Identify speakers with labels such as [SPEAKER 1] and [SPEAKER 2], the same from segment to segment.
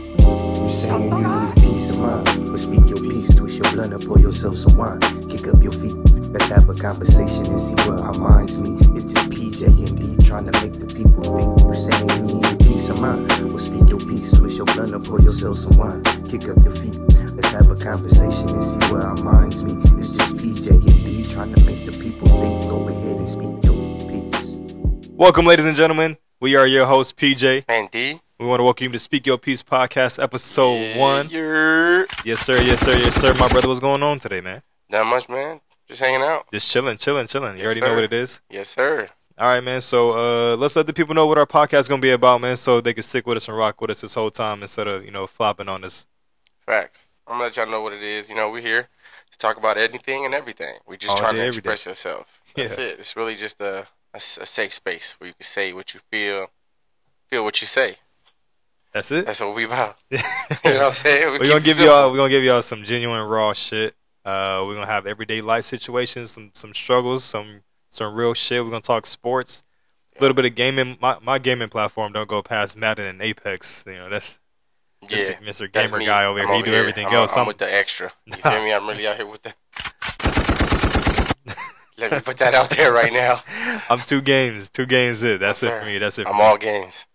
[SPEAKER 1] You saying you need peace of mind? Well, speak your peace, twist your blunt up, pour yourself some wine, kick up your feet. Let's have a conversation and see where our minds meet. It's just PJ and D trying to make the people think. You saying you need peace of mind? Well, speak your peace, twist your blunt up, pour yourself some wine, kick up your feet. Let's have a conversation and see where our minds meet. It's just PJ and D trying to make the people think. Go ahead and speak your peace.
[SPEAKER 2] Welcome, ladies and gentlemen. We are your host, PJ.
[SPEAKER 3] And D.
[SPEAKER 2] We want to welcome you to Speak Your Peace podcast, episode Oh, one.
[SPEAKER 3] You're
[SPEAKER 2] Yes, sir. Yes, sir. Yes, sir. My brother, what's going on today, man?
[SPEAKER 3] not much, man. Just hanging out.
[SPEAKER 2] Just chilling, chilling, chilling. You
[SPEAKER 3] Yes,
[SPEAKER 2] already know
[SPEAKER 3] sir.
[SPEAKER 2] what it is.
[SPEAKER 3] Yes, sir.
[SPEAKER 2] All right, man. So uh, let's let the people know what our podcast is gonna be about, man, so they can stick with us and rock with us this whole time instead of you know flopping on us.
[SPEAKER 3] Facts. I'm gonna let y'all know what it is. You know, we're here to talk about anything and everything. We just
[SPEAKER 2] All
[SPEAKER 3] trying
[SPEAKER 2] day,
[SPEAKER 3] to
[SPEAKER 2] every day.
[SPEAKER 3] express yourself. That's
[SPEAKER 2] Yeah.
[SPEAKER 3] it. It's really just a, a s- a safe space where you can say what you feel, feel what you say.
[SPEAKER 2] That's it.
[SPEAKER 3] That's what we about.
[SPEAKER 2] you
[SPEAKER 3] You know what I'm saying?
[SPEAKER 2] we're gonna give y'all we're gonna give y'all some genuine raw shit. Uh, we're gonna have everyday life situations, some some struggles, some some real shit. We're gonna talk sports, a little bit of gaming. My my gaming platform don't go past Madden and Apex. You know that's that's
[SPEAKER 3] Yeah.
[SPEAKER 2] Mr.
[SPEAKER 3] that's
[SPEAKER 2] Gamer
[SPEAKER 3] me.
[SPEAKER 2] guy over here.
[SPEAKER 3] I'm
[SPEAKER 2] he do everything
[SPEAKER 3] I'm,
[SPEAKER 2] else.
[SPEAKER 3] I'm,
[SPEAKER 2] I'm-
[SPEAKER 3] with the extra. You feel me? I'm really out here with the. Let me put that out there right now.
[SPEAKER 2] I'm two games, two games in. That's
[SPEAKER 3] Yes,
[SPEAKER 2] it
[SPEAKER 3] sir.
[SPEAKER 2] for me. That's it. For
[SPEAKER 3] I'm
[SPEAKER 2] me.
[SPEAKER 3] all games.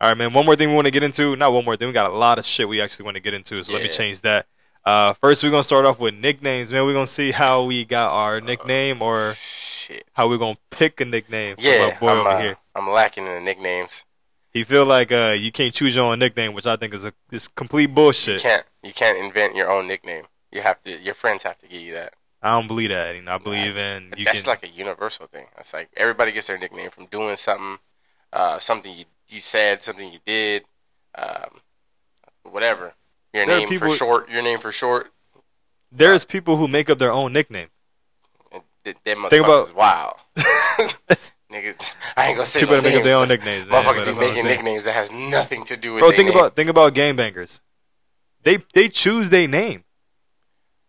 [SPEAKER 2] All right, man. One more thing we want to get into. Not one more thing. We got a lot of shit we actually want to get into. So let me
[SPEAKER 3] Yeah.
[SPEAKER 2] change that. Uh, first, we're gonna start off with nicknames, man. We're gonna see how we got
[SPEAKER 3] Uh,
[SPEAKER 2] our nickname or
[SPEAKER 3] Shit.
[SPEAKER 2] how we're gonna pick a nickname for
[SPEAKER 3] Yeah,
[SPEAKER 2] my boy
[SPEAKER 3] I'm,
[SPEAKER 2] over
[SPEAKER 3] uh,
[SPEAKER 2] here.
[SPEAKER 3] I'm lacking in the nicknames.
[SPEAKER 2] He feel like uh, you can't choose your own nickname, which I think is a is complete
[SPEAKER 3] You
[SPEAKER 2] bullshit.
[SPEAKER 3] can't you can't invent your own nickname. You have to your friends have to give you that.
[SPEAKER 2] I don't believe that. You know, I believe in you
[SPEAKER 3] That's
[SPEAKER 2] can.
[SPEAKER 3] like a universal thing. That's like everybody gets their nickname from doing something, uh, something you you said, something you did, um, whatever. Your
[SPEAKER 2] There are
[SPEAKER 3] name
[SPEAKER 2] people-
[SPEAKER 3] for short. Your name for short.
[SPEAKER 2] there's people who make up their own nickname.
[SPEAKER 3] And th- that
[SPEAKER 2] Think about-
[SPEAKER 3] motherfuckers wild. Niggas, I ain't gonna say
[SPEAKER 2] Two
[SPEAKER 3] no
[SPEAKER 2] better make up
[SPEAKER 3] names.
[SPEAKER 2] their own nicknames. man, but
[SPEAKER 3] Motherfuckers
[SPEAKER 2] that's what
[SPEAKER 3] be
[SPEAKER 2] I'm
[SPEAKER 3] making
[SPEAKER 2] saying.
[SPEAKER 3] nicknames that has nothing to do with.
[SPEAKER 2] Bro,
[SPEAKER 3] they
[SPEAKER 2] think
[SPEAKER 3] name.
[SPEAKER 2] about think about game bangers. They they choose their name.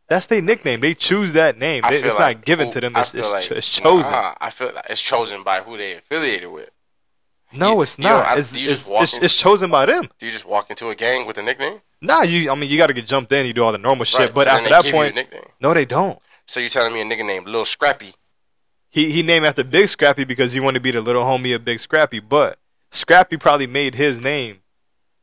[SPEAKER 2] That's their nickname. They choose that name.
[SPEAKER 3] I
[SPEAKER 2] They-
[SPEAKER 3] feel
[SPEAKER 2] it's
[SPEAKER 3] like
[SPEAKER 2] not given
[SPEAKER 3] who-
[SPEAKER 2] to them.
[SPEAKER 3] I
[SPEAKER 2] It's,
[SPEAKER 3] feel
[SPEAKER 2] it's,
[SPEAKER 3] like-
[SPEAKER 2] cho- it's chosen.
[SPEAKER 3] Nah, I feel like it's chosen by who they affiliated with.
[SPEAKER 2] no,
[SPEAKER 3] you-
[SPEAKER 2] it's
[SPEAKER 3] you don't
[SPEAKER 2] not.
[SPEAKER 3] have-
[SPEAKER 2] it's,
[SPEAKER 3] you just
[SPEAKER 2] it's,
[SPEAKER 3] walk
[SPEAKER 2] it's,
[SPEAKER 3] in-
[SPEAKER 2] it's chosen by them.
[SPEAKER 3] Do you just walk into a gang with a nickname?
[SPEAKER 2] Nah, you. I mean, you got to get jumped in. You do all the normal shit.
[SPEAKER 3] Right,
[SPEAKER 2] But
[SPEAKER 3] so then
[SPEAKER 2] after
[SPEAKER 3] they
[SPEAKER 2] that
[SPEAKER 3] give you a
[SPEAKER 2] point,
[SPEAKER 3] nickname.
[SPEAKER 2] no, they don't.
[SPEAKER 3] So you telling me a nigga named Lil Scrappy?
[SPEAKER 2] He he named after Big Scrappy because he wanted to be the little homie of Big Scrappy. But Scrappy probably made his name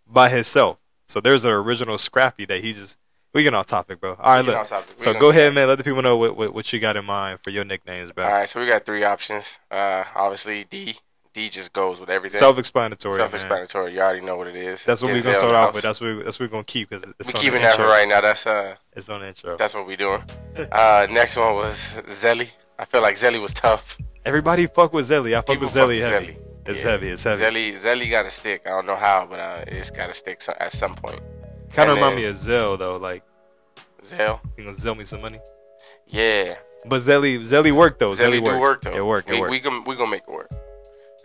[SPEAKER 2] by himself. So there's an original Scrappy that he just. We getting off topic, bro. All right,
[SPEAKER 3] getting
[SPEAKER 2] look.
[SPEAKER 3] off topic. We
[SPEAKER 2] So
[SPEAKER 3] don't
[SPEAKER 2] go
[SPEAKER 3] do
[SPEAKER 2] ahead, man. Let the people know what, what, what you got in mind for your nicknames, bro.
[SPEAKER 3] All right, so we got three options. Uh, obviously D. D just goes with everything.
[SPEAKER 2] Self-explanatory. man.
[SPEAKER 3] Self-explanatory. You already know what it is.
[SPEAKER 2] That's what we're
[SPEAKER 3] Denzel
[SPEAKER 2] gonna
[SPEAKER 3] in
[SPEAKER 2] start
[SPEAKER 3] the
[SPEAKER 2] off
[SPEAKER 3] house.
[SPEAKER 2] with. That's what we, that's what we're gonna keep because it's
[SPEAKER 3] we
[SPEAKER 2] on
[SPEAKER 3] keeping
[SPEAKER 2] the
[SPEAKER 3] that
[SPEAKER 2] intro.
[SPEAKER 3] for right now. That's uh,
[SPEAKER 2] It's on the intro.
[SPEAKER 3] that's what we doing. Uh, next one was Zelly. I feel like Zelly was tough.
[SPEAKER 2] Everybody fuck with Zelly. I fuck
[SPEAKER 3] People
[SPEAKER 2] with
[SPEAKER 3] fuck
[SPEAKER 2] Zelly
[SPEAKER 3] with
[SPEAKER 2] heavy.
[SPEAKER 3] Zelly.
[SPEAKER 2] It's
[SPEAKER 3] Yeah.
[SPEAKER 2] heavy. It's heavy.
[SPEAKER 3] Zelly, Zelly got to stick. I don't know how, but uh, it's got to stick so, at some point.
[SPEAKER 2] Kind of
[SPEAKER 3] and
[SPEAKER 2] remind
[SPEAKER 3] then-
[SPEAKER 2] me of Zell though. Like
[SPEAKER 3] Zell,
[SPEAKER 2] you gonna Zell me some money?
[SPEAKER 3] yeah,
[SPEAKER 2] But Zelly, Zelly worked though. Zelly,
[SPEAKER 3] Zelly,
[SPEAKER 2] worked.
[SPEAKER 3] do work though.
[SPEAKER 2] It worked. It
[SPEAKER 3] we,
[SPEAKER 2] worked.
[SPEAKER 3] We can we gonna make it work.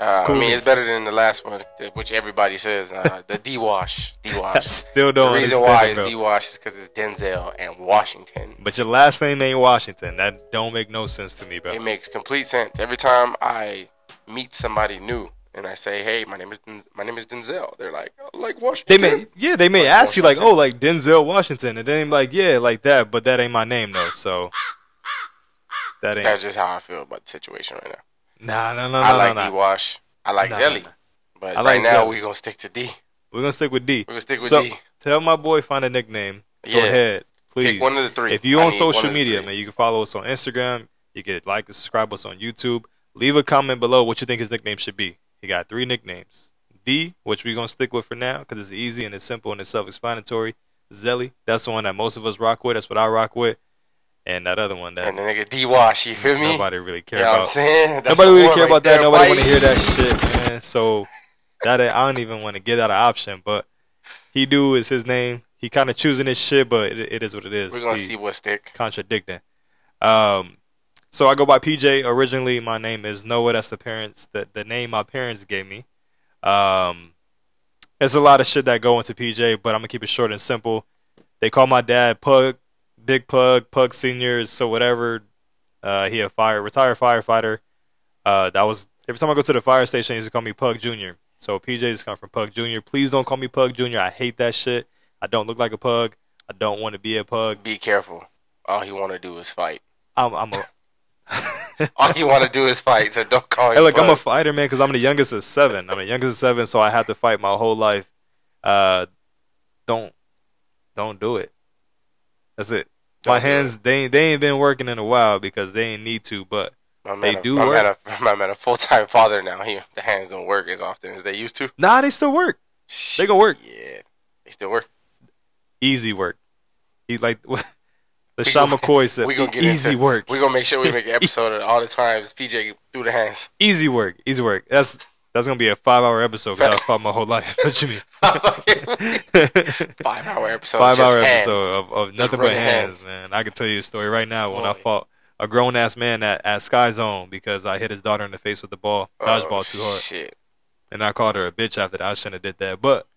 [SPEAKER 2] It's
[SPEAKER 3] Uh,
[SPEAKER 2] cool.
[SPEAKER 3] I mean, it's better than the last one, th- which everybody says uh, the D wash, D
[SPEAKER 2] I
[SPEAKER 3] wash.
[SPEAKER 2] still
[SPEAKER 3] The
[SPEAKER 2] don't
[SPEAKER 3] reason
[SPEAKER 2] understand
[SPEAKER 3] why
[SPEAKER 2] it,
[SPEAKER 3] it's
[SPEAKER 2] bro.
[SPEAKER 3] D wash is because it's Denzel and Washington.
[SPEAKER 2] But your last name ain't Washington. That don't make no sense to me,
[SPEAKER 3] It
[SPEAKER 2] bro.
[SPEAKER 3] makes complete sense every time I meet somebody new and I say, "Hey, my name is Den- my name is Denzel." They're like, "I "Like
[SPEAKER 2] They
[SPEAKER 3] Washington."
[SPEAKER 2] may, yeah, they may
[SPEAKER 3] Like
[SPEAKER 2] ask you like,
[SPEAKER 3] Washington.
[SPEAKER 2] oh, like Denzel Washington, and then like, yeah, like that, but that ain't my name though. So that ain't.
[SPEAKER 3] That's just how I feel about the situation right now.
[SPEAKER 2] Nah, nah, nah,
[SPEAKER 3] I
[SPEAKER 2] nah,
[SPEAKER 3] like
[SPEAKER 2] nah,
[SPEAKER 3] D
[SPEAKER 2] nah.
[SPEAKER 3] wash. I like
[SPEAKER 2] Nah,
[SPEAKER 3] Zelly,
[SPEAKER 2] nah.
[SPEAKER 3] but
[SPEAKER 2] I like
[SPEAKER 3] right now
[SPEAKER 2] Zelly.
[SPEAKER 3] we gonna stick to D.
[SPEAKER 2] We're gonna stick with D.
[SPEAKER 3] We gonna stick with
[SPEAKER 2] so
[SPEAKER 3] D.
[SPEAKER 2] tell my boy find a nickname. Go
[SPEAKER 3] Yeah.
[SPEAKER 2] ahead, please.
[SPEAKER 3] Pick one of the three.
[SPEAKER 2] If you
[SPEAKER 3] I
[SPEAKER 2] on
[SPEAKER 3] need one
[SPEAKER 2] social
[SPEAKER 3] of the
[SPEAKER 2] media,
[SPEAKER 3] three.
[SPEAKER 2] man, you can follow us on Instagram. You can like and subscribe us on YouTube. Leave a comment below what you think his nickname should be. He got three nicknames. D, which we're gonna stick with for now because it's easy and it's simple and it's self-explanatory. Zelly, that's the one that most of us rock with. That's what I rock with. And that other one that
[SPEAKER 3] and the nigga D Wash, you feel me?
[SPEAKER 2] nobody really
[SPEAKER 3] you
[SPEAKER 2] care
[SPEAKER 3] know what I'm
[SPEAKER 2] about.
[SPEAKER 3] saying? That's
[SPEAKER 2] Nobody
[SPEAKER 3] the
[SPEAKER 2] really
[SPEAKER 3] one
[SPEAKER 2] care
[SPEAKER 3] right
[SPEAKER 2] about that.
[SPEAKER 3] there,
[SPEAKER 2] Nobody
[SPEAKER 3] boy.
[SPEAKER 2] want to hear that shit, man. So that I don't even want to give that an option. But he do is his name. He kind of choosing his shit, but it, it is what it is.
[SPEAKER 3] We're gonna
[SPEAKER 2] He
[SPEAKER 3] see what stick.
[SPEAKER 2] contradicting. Um, so I go by PJ. Originally, my name is Noah. That's the parents that the name my parents gave me. Um, there's a lot of shit that go into PJ, but I'm gonna keep it short and simple. They call my dad Pug, Big Pug, Pug Senior, so whatever. Uh, he a fire retired firefighter. Uh, that was every time I go to the fire station, they used to call me Pug Junior. So PJ's come from Pug Junior. Please don't call me Pug Junior. I hate that shit. I don't look like a pug. I don't want to be a pug.
[SPEAKER 3] Be careful. All he want to do is fight.
[SPEAKER 2] I'm, I'm a.
[SPEAKER 3] All he want to do is fight. So don't call him.
[SPEAKER 2] Hey, look, I'm a
[SPEAKER 3] pug.
[SPEAKER 2] fighter, man, because I'm the youngest of seven. I'm the youngest of seven, so I have to fight my whole life. Uh, don't, don't do it. That's it. my
[SPEAKER 3] Don't do it.
[SPEAKER 2] hands, they they ain't been working in a while because they ain't need to. But
[SPEAKER 3] My man
[SPEAKER 2] they
[SPEAKER 3] a-
[SPEAKER 2] do
[SPEAKER 3] my man
[SPEAKER 2] work.
[SPEAKER 3] a- my man a full time father now. He the hands don't work as often as they used to.
[SPEAKER 2] nah, they still work. They gonna work.
[SPEAKER 3] Yeah, they still work.
[SPEAKER 2] Easy work. He like the Sean McCoy said.
[SPEAKER 3] we gonna get
[SPEAKER 2] easy
[SPEAKER 3] into-
[SPEAKER 2] work.
[SPEAKER 3] We gonna make sure we make an episode of all the times PJ threw the hands.
[SPEAKER 2] easy work. Easy work. That's that's gonna be a five hour episode because I fought my whole life. what you mean?
[SPEAKER 3] Five hour episode.
[SPEAKER 2] five
[SPEAKER 3] just
[SPEAKER 2] hour
[SPEAKER 3] hands.
[SPEAKER 2] episode of, of nothing but
[SPEAKER 3] running
[SPEAKER 2] hands, man. I can tell you a story right now when I
[SPEAKER 3] Boy.
[SPEAKER 2] fought a grown ass man at, at Sky Zone because I hit his daughter in the face with the ball, dodgeball
[SPEAKER 3] Oh,
[SPEAKER 2] too hard.
[SPEAKER 3] Shit.
[SPEAKER 2] And I called her a bitch after that. I shouldn't have did that. But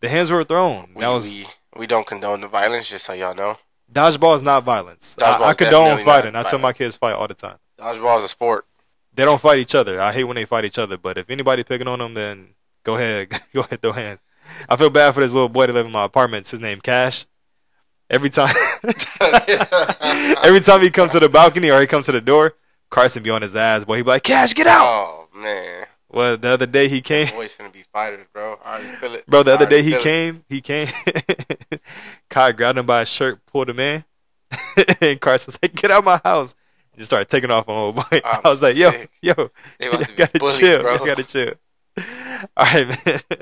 [SPEAKER 2] the hands were thrown.
[SPEAKER 3] We,
[SPEAKER 2] that was
[SPEAKER 3] we, we don't condone the violence, just so y'all know.
[SPEAKER 2] dodgeball is not violence. I,
[SPEAKER 3] Dodgeball
[SPEAKER 2] I
[SPEAKER 3] is
[SPEAKER 2] condone
[SPEAKER 3] definitely not
[SPEAKER 2] fighting. I tell my kids fight all the time.
[SPEAKER 3] Dodgeball is a sport.
[SPEAKER 2] They don't fight each other. I hate when they fight each other. But if anybody picking on them, then go ahead, go ahead, throw hands. I feel bad for this little boy that live in my apartment. It's his name Cash. Every time, every time he comes to the balcony or he comes to the door, Carson be on his ass. Boy, he be like, Cash, get out.
[SPEAKER 3] Oh man,
[SPEAKER 2] Well, the other day he came,
[SPEAKER 3] boys gonna be fighters, bro. I already feel it,
[SPEAKER 2] bro. The
[SPEAKER 3] I
[SPEAKER 2] other day
[SPEAKER 3] already
[SPEAKER 2] he
[SPEAKER 3] feel it.
[SPEAKER 2] came, he came. Kai grabbed him by his shirt, pulled him in, and Carson was like, "Get out of my house!" And just started taking off on old boy.
[SPEAKER 3] I'm
[SPEAKER 2] I was like, "Yo,
[SPEAKER 3] sick.
[SPEAKER 2] yo,
[SPEAKER 3] They
[SPEAKER 2] you
[SPEAKER 3] about to be
[SPEAKER 2] gotta
[SPEAKER 3] bullies,
[SPEAKER 2] chill.
[SPEAKER 3] bro.
[SPEAKER 2] You gotta chill. All right, man.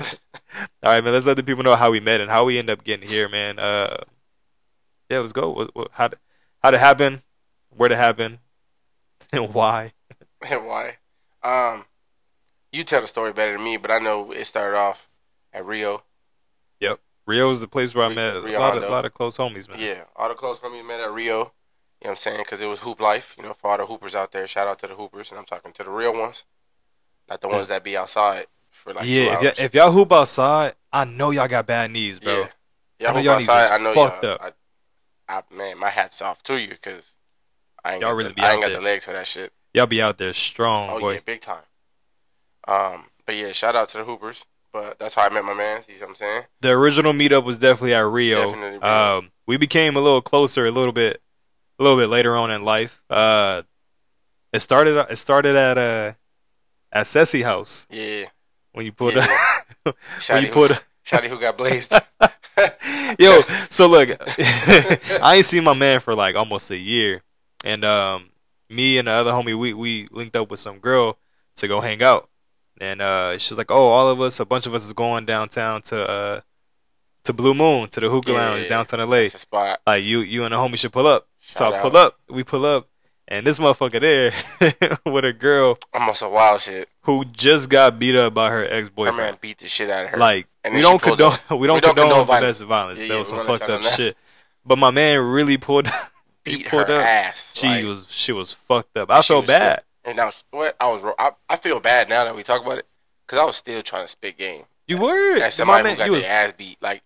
[SPEAKER 2] All right, man. Let's let the people know how we met and how we end up getting here, man. Uh, yeah, let's go. What, what, how how it happen? Where to happen? And why?
[SPEAKER 3] And why? Um, you tell the story better than me, but I know it started off at Rio.
[SPEAKER 2] Uh-huh. Rio is the place where I
[SPEAKER 3] Re-
[SPEAKER 2] met a
[SPEAKER 3] Rio
[SPEAKER 2] lot of,
[SPEAKER 3] Hondo.
[SPEAKER 2] lot of close homies, man.
[SPEAKER 3] Yeah, all the close homies met at Rio. You know what I'm saying? Because it was hoop life. You know, for all the hoopers out there, shout out to the hoopers, and I'm talking to the real ones, not the ones that be outside for like
[SPEAKER 2] yeah. If,
[SPEAKER 3] two
[SPEAKER 2] y'all,
[SPEAKER 3] hours.
[SPEAKER 2] if y'all hoop outside, I know y'all got bad knees, bro. I know
[SPEAKER 3] Yeah. Y'all hoop
[SPEAKER 2] y'all niggas
[SPEAKER 3] outside. I know
[SPEAKER 2] fucked
[SPEAKER 3] y'all.
[SPEAKER 2] up.
[SPEAKER 3] I, I, man, my hat's off to you because I ain't
[SPEAKER 2] Y'all
[SPEAKER 3] got,
[SPEAKER 2] really be
[SPEAKER 3] the, I ain't
[SPEAKER 2] out
[SPEAKER 3] got the legs for that shit.
[SPEAKER 2] Y'all be out there strong,
[SPEAKER 3] Oh,
[SPEAKER 2] boy.
[SPEAKER 3] yeah, big time. Um, but yeah, shout out to the hoopers. But that's how I met my man. You see what I'm saying?
[SPEAKER 2] the original meetup was definitely at Rio.
[SPEAKER 3] Definitely Rio.
[SPEAKER 2] Um, we became a little closer a little bit, a little bit later on in life. Uh, it started. It started at uh, at Sessie House
[SPEAKER 3] Yeah.
[SPEAKER 2] when you put
[SPEAKER 3] Yeah.
[SPEAKER 2] up. when
[SPEAKER 3] Shotty
[SPEAKER 2] you put up.
[SPEAKER 3] Shotty who got blazed.
[SPEAKER 2] Yo, so look, I ain't seen my man for like almost a year, and um, me and the other homie, we we linked up with some girl to go hang out, and uh, she's like, "Oh, all of us, a bunch of us is going downtown to uh, to Blue Moon to the hookah
[SPEAKER 3] Yeah,
[SPEAKER 2] lounge
[SPEAKER 3] yeah,
[SPEAKER 2] downtown LA.
[SPEAKER 3] That's the spot.
[SPEAKER 2] Like you, you and the homie should pull up." so
[SPEAKER 3] Shout
[SPEAKER 2] I
[SPEAKER 3] out.
[SPEAKER 2] pull up, we pull up, and this motherfucker there with a girl
[SPEAKER 3] I'm on some wild shit.
[SPEAKER 2] who just got beat up by her ex
[SPEAKER 3] Her
[SPEAKER 2] boyfriend.
[SPEAKER 3] man beat the shit out of her.
[SPEAKER 2] Like
[SPEAKER 3] And
[SPEAKER 2] we
[SPEAKER 3] then she
[SPEAKER 2] don't,
[SPEAKER 3] pulled
[SPEAKER 2] condone,
[SPEAKER 3] up.
[SPEAKER 2] we don't
[SPEAKER 3] We don't
[SPEAKER 2] condone
[SPEAKER 3] condone violence.
[SPEAKER 2] domestic violence.
[SPEAKER 3] Yeah,
[SPEAKER 2] that
[SPEAKER 3] yeah,
[SPEAKER 2] was
[SPEAKER 3] we
[SPEAKER 2] some
[SPEAKER 3] wanna
[SPEAKER 2] fucked
[SPEAKER 3] check
[SPEAKER 2] up
[SPEAKER 3] on that.
[SPEAKER 2] shit. But my man really pulled. he
[SPEAKER 3] beat her
[SPEAKER 2] pulled up.
[SPEAKER 3] ass.
[SPEAKER 2] She
[SPEAKER 3] like,
[SPEAKER 2] was she was fucked up. I
[SPEAKER 3] she
[SPEAKER 2] felt
[SPEAKER 3] was
[SPEAKER 2] bad.
[SPEAKER 3] and I was what I was. wrong. I, I feel bad now that we talk about it because I was still trying to spit game.
[SPEAKER 2] You were
[SPEAKER 3] As
[SPEAKER 2] And my
[SPEAKER 3] somebody who
[SPEAKER 2] man.
[SPEAKER 3] got
[SPEAKER 2] You
[SPEAKER 3] their
[SPEAKER 2] was
[SPEAKER 3] ass beat, like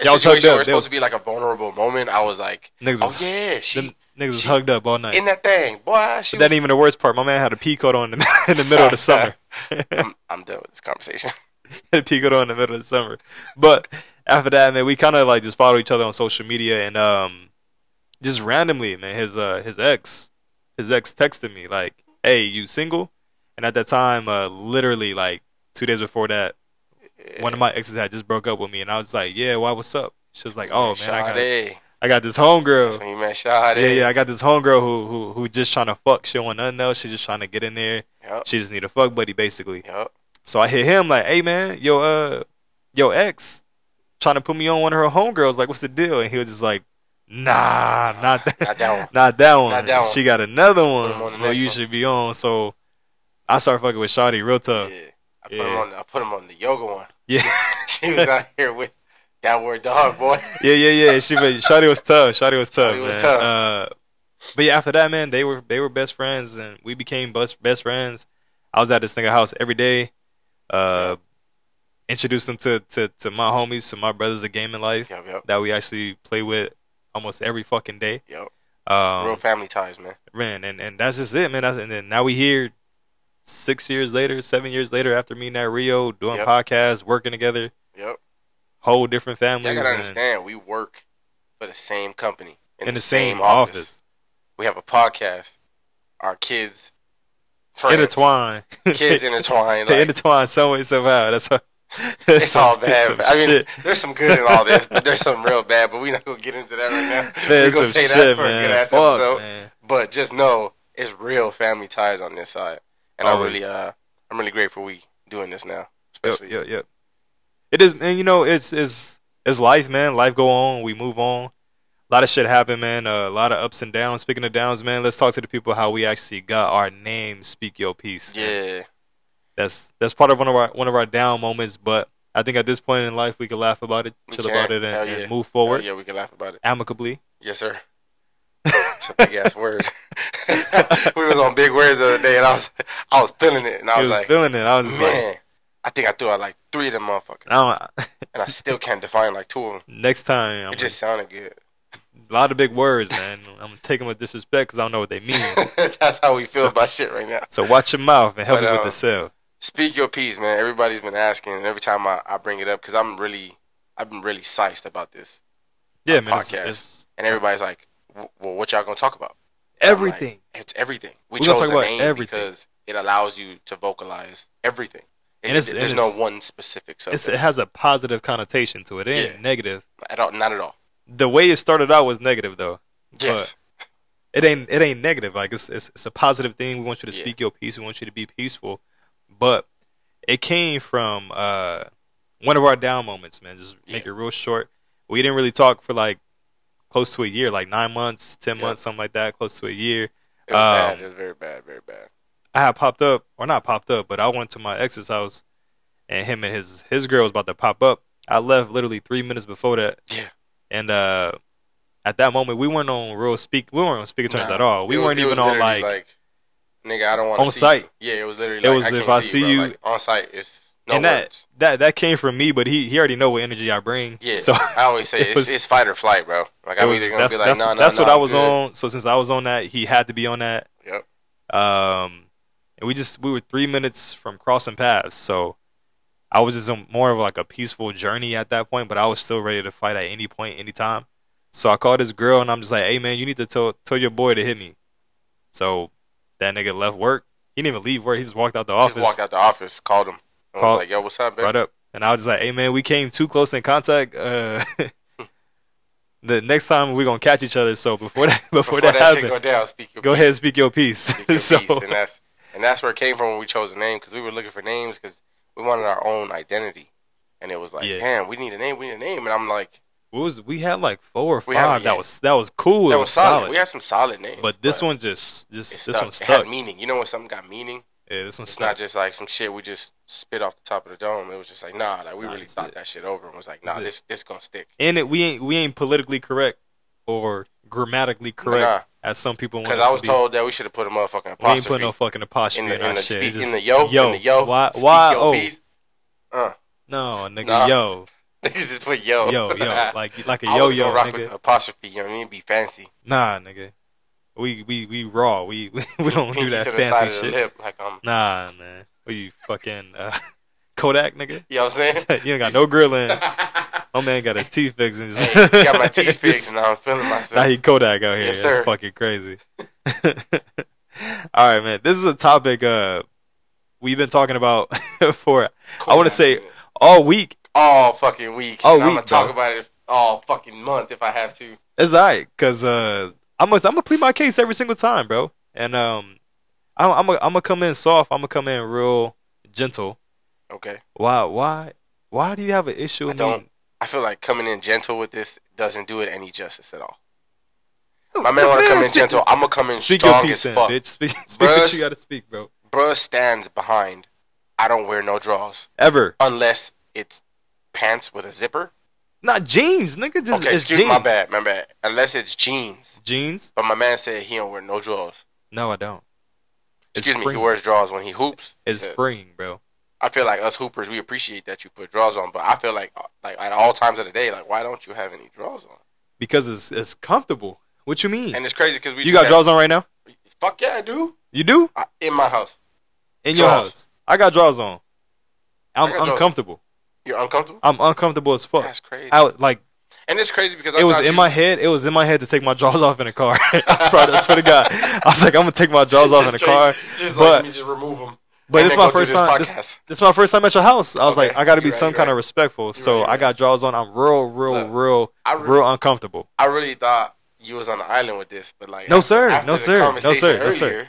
[SPEAKER 3] a
[SPEAKER 2] Y'all was hugged
[SPEAKER 3] situation
[SPEAKER 2] up.
[SPEAKER 3] where it's
[SPEAKER 2] They
[SPEAKER 3] supposed
[SPEAKER 2] was-
[SPEAKER 3] to be like a vulnerable moment, I was like,
[SPEAKER 2] niggas
[SPEAKER 3] oh
[SPEAKER 2] was,
[SPEAKER 3] yeah, she
[SPEAKER 2] them niggas was
[SPEAKER 3] she-
[SPEAKER 2] hugged up all night.
[SPEAKER 3] in that thing, boy.
[SPEAKER 2] But
[SPEAKER 3] She
[SPEAKER 2] that ain't even the worst part. My man had a pea coat on in the, in the middle of the summer.
[SPEAKER 3] was, I'm, I'm done with this conversation.
[SPEAKER 2] had a pea coat on in the middle of the summer. But after that, man, we kind of like just follow each other on social media and um, just randomly, man, his uh his ex, his ex texted me like, "Hey, you single?" And at that time, uh, literally like two days before that, one of my exes had just broke up with me, and I was like, "Yeah, why? What's up?" She was like, "Oh man, I got
[SPEAKER 3] Sade.
[SPEAKER 2] I got this homegirl."
[SPEAKER 3] That's when you met Sade.
[SPEAKER 2] Yeah, yeah, I got this homegirl who who who just trying to fuck. She don't want nothing else. She just trying to get in there.
[SPEAKER 3] Yep.
[SPEAKER 2] She just need a fuck buddy, basically.
[SPEAKER 3] Yep.
[SPEAKER 2] So I hit him like, "Hey man, yo uh, yo ex, trying to put me on one of her homegirls. Like, what's the deal?" And he was just like, "Nah, not that,
[SPEAKER 3] Not that one.
[SPEAKER 2] not that one.
[SPEAKER 3] Not that one.
[SPEAKER 2] She got another
[SPEAKER 3] Put
[SPEAKER 2] one.
[SPEAKER 3] 'em on the
[SPEAKER 2] who
[SPEAKER 3] next
[SPEAKER 2] you
[SPEAKER 3] one."
[SPEAKER 2] should be on." So I started fucking with Shawty real
[SPEAKER 3] Yeah.
[SPEAKER 2] tough.
[SPEAKER 3] I put him
[SPEAKER 2] Uh, yeah.
[SPEAKER 3] on. I put him on the yoga one.
[SPEAKER 2] Yeah,
[SPEAKER 3] She was out here with that word dog boy.
[SPEAKER 2] yeah, yeah, yeah. She, but Shawty was tough. Shawty was tough.
[SPEAKER 3] Shawty was
[SPEAKER 2] man.
[SPEAKER 3] tough.
[SPEAKER 2] Uh, but yeah, after that, man, they were they were best friends, and we became best best friends. I was at this nigga house every day. Uh, introduced them to, to to my homies, to my brothers of gaming life.
[SPEAKER 3] Yep. Yep.
[SPEAKER 2] that we actually play with almost every fucking day.
[SPEAKER 3] Yep. Real
[SPEAKER 2] Um,
[SPEAKER 3] family ties, man.
[SPEAKER 2] man, and, and that's just it, man. That's, and then now we here six years later, seven years later after meeting at Rio, doing
[SPEAKER 3] Yep.
[SPEAKER 2] podcasts, working together.
[SPEAKER 3] Yep.
[SPEAKER 2] whole different
[SPEAKER 3] Y'all
[SPEAKER 2] families
[SPEAKER 3] gotta
[SPEAKER 2] and
[SPEAKER 3] understand, we work for the same company
[SPEAKER 2] in, the same, office,
[SPEAKER 3] We have a podcast. Our kids, friends,
[SPEAKER 2] intertwined.
[SPEAKER 3] kids intertwined.
[SPEAKER 2] they
[SPEAKER 3] like,
[SPEAKER 2] intertwined some way somehow. That's how, that's
[SPEAKER 3] it's
[SPEAKER 2] some-
[SPEAKER 3] all
[SPEAKER 2] that's
[SPEAKER 3] bad.
[SPEAKER 2] some
[SPEAKER 3] but- I mean,
[SPEAKER 2] shit.
[SPEAKER 3] there's some good in all this, but there's some real bad. But we're not gonna get into that right now.
[SPEAKER 2] There's
[SPEAKER 3] we're
[SPEAKER 2] some
[SPEAKER 3] gonna say
[SPEAKER 2] shit,
[SPEAKER 3] that for
[SPEAKER 2] man.
[SPEAKER 3] a good ass
[SPEAKER 2] Fuck,
[SPEAKER 3] episode.
[SPEAKER 2] man.
[SPEAKER 3] But just know it's real family ties on this side, and I'm
[SPEAKER 2] Always.
[SPEAKER 3] really, uh, I'm really grateful we doing this
[SPEAKER 2] Yep,
[SPEAKER 3] now. Especially
[SPEAKER 2] yep, yep. It is, and you know, it's it's it's life, man. Life go on. We move on. A lot of shit happen, man. Uh, a lot of ups and downs. Speaking of downs, man, let's talk to the people how we actually got our name. Speak your piece.
[SPEAKER 3] yeah,
[SPEAKER 2] that's that's part of one of our one of our down moments. But I think at this point in life, we can laugh about it,
[SPEAKER 3] We
[SPEAKER 2] chill
[SPEAKER 3] can.
[SPEAKER 2] about it, and,
[SPEAKER 3] Hell
[SPEAKER 2] and
[SPEAKER 3] yeah.
[SPEAKER 2] move
[SPEAKER 3] oh,
[SPEAKER 2] forward
[SPEAKER 3] yeah, we can laugh about it.
[SPEAKER 2] amicably.
[SPEAKER 3] Yes, sir. It's a big ass word. we was on big words the other day, and I was, I was feeling it, and I
[SPEAKER 2] He
[SPEAKER 3] was,
[SPEAKER 2] was
[SPEAKER 3] like,
[SPEAKER 2] feeling it. I was just like,
[SPEAKER 3] man, I think I threw out like three of them motherfuckers,
[SPEAKER 2] I don't,
[SPEAKER 3] and I still can't define like two of them.
[SPEAKER 2] next time, I'm
[SPEAKER 3] It just sounded good.
[SPEAKER 2] a lot of big words, man. I'm gonna take them with disrespect because I don't know what they mean.
[SPEAKER 3] That's how we feel about shit right now.
[SPEAKER 2] so watch your mouth and help
[SPEAKER 3] But,
[SPEAKER 2] me with
[SPEAKER 3] uh,
[SPEAKER 2] the sell.
[SPEAKER 3] Speak your piece, man. Everybody's been asking, and every time I, I bring it up, because I'm really, I've been really sized about this,
[SPEAKER 2] Yeah, man. It's,
[SPEAKER 3] podcast.
[SPEAKER 2] it's
[SPEAKER 3] and everybody's like, "W- well, what y'all gonna talk about? I'm like,
[SPEAKER 2] everything.
[SPEAKER 3] it's everything.
[SPEAKER 2] We
[SPEAKER 3] We
[SPEAKER 2] gonna
[SPEAKER 3] chose
[SPEAKER 2] talk
[SPEAKER 3] the
[SPEAKER 2] about
[SPEAKER 3] name
[SPEAKER 2] everything.
[SPEAKER 3] because it allows you to vocalize everything. It-
[SPEAKER 2] And it's-
[SPEAKER 3] it-
[SPEAKER 2] and
[SPEAKER 3] there's
[SPEAKER 2] it's-
[SPEAKER 3] no one specific
[SPEAKER 2] It's,
[SPEAKER 3] subject
[SPEAKER 2] it has a positive connotation to it. It ain't
[SPEAKER 3] Yeah.
[SPEAKER 2] negative.
[SPEAKER 3] at all. Not at all.
[SPEAKER 2] The way it started out was negative, though.
[SPEAKER 3] Yes,
[SPEAKER 2] it ain't it ain't negative. Like it's it's, it's a positive thing. We want you to
[SPEAKER 3] Yeah.
[SPEAKER 2] speak your peace. We want you to be peaceful. But it came from uh, one of our down moments, man. Just make it real short. We didn't really talk for like close to a year, like nine months, ten
[SPEAKER 3] Yeah.
[SPEAKER 2] months, something like that. Close to a year.
[SPEAKER 3] it was
[SPEAKER 2] Um,
[SPEAKER 3] bad. It was very bad. Very bad.
[SPEAKER 2] I had popped up, or not popped up, but I went to my ex's house, and him and his his girl was about to pop up. I left literally three minutes before that.
[SPEAKER 3] Yeah.
[SPEAKER 2] And uh, at that moment, we weren't on real speak. We weren't on speaker terms
[SPEAKER 3] Nah.
[SPEAKER 2] at all. We
[SPEAKER 3] It was-
[SPEAKER 2] weren't
[SPEAKER 3] it
[SPEAKER 2] even
[SPEAKER 3] was
[SPEAKER 2] on
[SPEAKER 3] literally
[SPEAKER 2] like,
[SPEAKER 3] nigga, I don't want
[SPEAKER 2] on
[SPEAKER 3] see
[SPEAKER 2] site.
[SPEAKER 3] You. Yeah, it was literally.
[SPEAKER 2] It
[SPEAKER 3] like,
[SPEAKER 2] was
[SPEAKER 3] I
[SPEAKER 2] if
[SPEAKER 3] can't
[SPEAKER 2] I
[SPEAKER 3] see,
[SPEAKER 2] see
[SPEAKER 3] bro.
[SPEAKER 2] you-
[SPEAKER 3] like, on site, it's no
[SPEAKER 2] and that
[SPEAKER 3] words.
[SPEAKER 2] that that came from me, but he he already know what energy I bring.
[SPEAKER 3] Yeah,
[SPEAKER 2] So
[SPEAKER 3] I always say
[SPEAKER 2] it
[SPEAKER 3] it's,
[SPEAKER 2] was-
[SPEAKER 3] it's fight or flight, bro. Like
[SPEAKER 2] it
[SPEAKER 3] I'm
[SPEAKER 2] was-
[SPEAKER 3] either gonna
[SPEAKER 2] that's
[SPEAKER 3] be like,
[SPEAKER 2] that's,
[SPEAKER 3] no, no,
[SPEAKER 2] that's
[SPEAKER 3] no,
[SPEAKER 2] what I
[SPEAKER 3] I'm
[SPEAKER 2] was
[SPEAKER 3] good.
[SPEAKER 2] on. So since I was on that, he had to be on that.
[SPEAKER 3] Yep.
[SPEAKER 2] Um, and we just we were three minutes from crossing paths, so I was just on more of like a peaceful journey at that point, but I was still ready to fight at any point, anytime. So I called this girl and I'm just like, "Hey man, you need to tell tell your boy to hit me." So that nigga left work. He didn't even leave work. He just walked out the
[SPEAKER 3] Just
[SPEAKER 2] office.
[SPEAKER 3] walked out the office, called him, and
[SPEAKER 2] Called-
[SPEAKER 3] was like, yo, what's up,
[SPEAKER 2] brought
[SPEAKER 3] baby?
[SPEAKER 2] up. And I was just like, hey man, we came too close in contact. Uh, the next time we're gonna catch each other. So before that before,
[SPEAKER 3] Before
[SPEAKER 2] that,
[SPEAKER 3] that, shit
[SPEAKER 2] happened,
[SPEAKER 3] go down, speak your
[SPEAKER 2] go
[SPEAKER 3] piece.
[SPEAKER 2] ahead and speak your piece.
[SPEAKER 3] Speak your
[SPEAKER 2] so
[SPEAKER 3] piece, and that's and that's where it came from when we chose a name because we were looking for names because we wanted our own identity, and it was like,
[SPEAKER 2] Yeah.
[SPEAKER 3] damn, we need a name, we need a name, and I'm like,
[SPEAKER 2] what was we had like four or
[SPEAKER 3] We had-
[SPEAKER 2] five
[SPEAKER 3] yeah.
[SPEAKER 2] that was that was cool.
[SPEAKER 3] that
[SPEAKER 2] it
[SPEAKER 3] was solid. We had some solid names,
[SPEAKER 2] but this one just
[SPEAKER 3] it
[SPEAKER 2] this
[SPEAKER 3] stuck.
[SPEAKER 2] this one
[SPEAKER 3] It
[SPEAKER 2] stuck.
[SPEAKER 3] had meaning. You know when something got meaning,
[SPEAKER 2] Yeah, this one
[SPEAKER 3] it's
[SPEAKER 2] stuck.
[SPEAKER 3] not just like some shit we just spit off the top of the dome. It was just like, nah, like we
[SPEAKER 2] Nah,
[SPEAKER 3] really
[SPEAKER 2] that's
[SPEAKER 3] thought
[SPEAKER 2] it.
[SPEAKER 3] that shit over and was like,
[SPEAKER 2] That's
[SPEAKER 3] nah,
[SPEAKER 2] it.
[SPEAKER 3] this this gonna stick.
[SPEAKER 2] and it, we ain't we ain't politically correct or grammatically correct
[SPEAKER 3] Nah.
[SPEAKER 2] as some people want
[SPEAKER 3] Because
[SPEAKER 2] us
[SPEAKER 3] I
[SPEAKER 2] to
[SPEAKER 3] was
[SPEAKER 2] be.
[SPEAKER 3] told that we should have put a motherfucking
[SPEAKER 2] we ain't
[SPEAKER 3] apostrophe
[SPEAKER 2] putting no fucking apostrophe
[SPEAKER 3] in
[SPEAKER 2] in,
[SPEAKER 3] the
[SPEAKER 2] our
[SPEAKER 3] in the,
[SPEAKER 2] shit.
[SPEAKER 3] speak,
[SPEAKER 2] It's
[SPEAKER 3] in
[SPEAKER 2] just
[SPEAKER 3] the yo, in the yo,
[SPEAKER 2] why
[SPEAKER 3] speak
[SPEAKER 2] why
[SPEAKER 3] yo
[SPEAKER 2] oh
[SPEAKER 3] piece. Uh,
[SPEAKER 2] no nigga
[SPEAKER 3] Nah.
[SPEAKER 2] yo
[SPEAKER 3] they just put yo,
[SPEAKER 2] yo yo like like a
[SPEAKER 3] I
[SPEAKER 2] yo
[SPEAKER 3] was
[SPEAKER 2] yo
[SPEAKER 3] gonna rock
[SPEAKER 2] nigga.
[SPEAKER 3] with apostrophe. You know what I mean? Be fancy.
[SPEAKER 2] Nah, nigga. We we we raw. We we, we don't do
[SPEAKER 3] Pinky
[SPEAKER 2] that
[SPEAKER 3] to the side
[SPEAKER 2] fancy
[SPEAKER 3] of the
[SPEAKER 2] shit.
[SPEAKER 3] lip, like um,
[SPEAKER 2] Nah, man. We fucking uh, Kodak, nigga.
[SPEAKER 3] you know what I'm saying?
[SPEAKER 2] you ain't got no grilling.
[SPEAKER 3] hey,
[SPEAKER 2] My man got his teeth fixed. And just,
[SPEAKER 3] got my teeth fixed and I'm feeling
[SPEAKER 2] now
[SPEAKER 3] myself.
[SPEAKER 2] he Kodak out here.
[SPEAKER 3] Yes,
[SPEAKER 2] That's
[SPEAKER 3] sir.
[SPEAKER 2] fucking crazy. All right, man. This is a topic uh we've been talking about for I wanna say- all week.
[SPEAKER 3] all fucking week.
[SPEAKER 2] All
[SPEAKER 3] and I'm
[SPEAKER 2] week,
[SPEAKER 3] gonna talk
[SPEAKER 2] bro.
[SPEAKER 3] about it all fucking month if I have to.
[SPEAKER 2] It's all right, cause uh, I'm gonna I'm gonna plead my case every single time, bro. And um, I'm I'm gonna I'm gonna come in soft. I'm gonna come in real gentle.
[SPEAKER 3] Okay.
[SPEAKER 2] Why why why do you have an issue with
[SPEAKER 3] I
[SPEAKER 2] me?
[SPEAKER 3] don't. I feel like coming in gentle with this doesn't do it any justice at all. My
[SPEAKER 2] Look,
[SPEAKER 3] man want to come in
[SPEAKER 2] speak-
[SPEAKER 3] gentle. I'm gonna come in
[SPEAKER 2] Speak your
[SPEAKER 3] strong
[SPEAKER 2] piece,
[SPEAKER 3] as
[SPEAKER 2] in,
[SPEAKER 3] fuck.
[SPEAKER 2] bitch. Speak, speak what
[SPEAKER 3] Bruh.
[SPEAKER 2] you gotta speak, bro.
[SPEAKER 3] Bruh stands behind. I don't wear no draws
[SPEAKER 2] Ever
[SPEAKER 3] unless it's pants with a zipper.
[SPEAKER 2] not jeans, nigga. Just
[SPEAKER 3] okay,
[SPEAKER 2] it's
[SPEAKER 3] excuse
[SPEAKER 2] jeans.
[SPEAKER 3] my bad, my bad. Unless it's jeans.
[SPEAKER 2] Jeans?
[SPEAKER 3] But my man said he don't wear no draws.
[SPEAKER 2] No, I don't. It's
[SPEAKER 3] Excuse me,
[SPEAKER 2] spring.
[SPEAKER 3] he wears draws when he hoops.
[SPEAKER 2] It's
[SPEAKER 3] Yeah.
[SPEAKER 2] spring, bro.
[SPEAKER 3] I feel like us hoopers, we appreciate that you put draws on, but I feel like like at all times of the day, like why don't you have any draws on?
[SPEAKER 2] Because it's it's comfortable. What you mean?
[SPEAKER 3] And it's crazy because we
[SPEAKER 2] you
[SPEAKER 3] just
[SPEAKER 2] got
[SPEAKER 3] have-
[SPEAKER 2] drawers on right now?
[SPEAKER 3] Fuck yeah, I do.
[SPEAKER 2] You do
[SPEAKER 3] I, in my house.
[SPEAKER 2] in your
[SPEAKER 3] Drawers.
[SPEAKER 2] house? I got drawers on. I'm
[SPEAKER 3] I got drawers.
[SPEAKER 2] uncomfortable.
[SPEAKER 3] You're uncomfortable.
[SPEAKER 2] I'm uncomfortable as fuck.
[SPEAKER 3] That's crazy.
[SPEAKER 2] Oh. I was- like
[SPEAKER 3] and it's crazy because I
[SPEAKER 2] it was
[SPEAKER 3] thought
[SPEAKER 2] in
[SPEAKER 3] you-
[SPEAKER 2] my head. It was in my head to take my jaws off in a car. Bro, I swear to God, I was like, I'm gonna take my jaws off in
[SPEAKER 3] Just
[SPEAKER 2] a
[SPEAKER 3] straight-
[SPEAKER 2] car.
[SPEAKER 3] Just
[SPEAKER 2] but-
[SPEAKER 3] like, let me just remove them.
[SPEAKER 2] But
[SPEAKER 3] and
[SPEAKER 2] it's
[SPEAKER 3] then
[SPEAKER 2] my
[SPEAKER 3] go through
[SPEAKER 2] first
[SPEAKER 3] this
[SPEAKER 2] time. This,
[SPEAKER 3] podcast.
[SPEAKER 2] this is my first time at your house. I was
[SPEAKER 3] Okay,
[SPEAKER 2] like, I got to be
[SPEAKER 3] you're right,
[SPEAKER 2] some
[SPEAKER 3] you're
[SPEAKER 2] kind
[SPEAKER 3] right.
[SPEAKER 2] of respectful. so
[SPEAKER 3] right, you're
[SPEAKER 2] I got jaws on. I'm real, real,
[SPEAKER 3] Look,
[SPEAKER 2] real,
[SPEAKER 3] I re-
[SPEAKER 2] real uncomfortable.
[SPEAKER 3] I really thought you was on the island with this, but like
[SPEAKER 2] No, sir.
[SPEAKER 3] after
[SPEAKER 2] No,
[SPEAKER 3] the
[SPEAKER 2] sir. No,
[SPEAKER 3] conversation
[SPEAKER 2] sir. No, sir.
[SPEAKER 3] earlier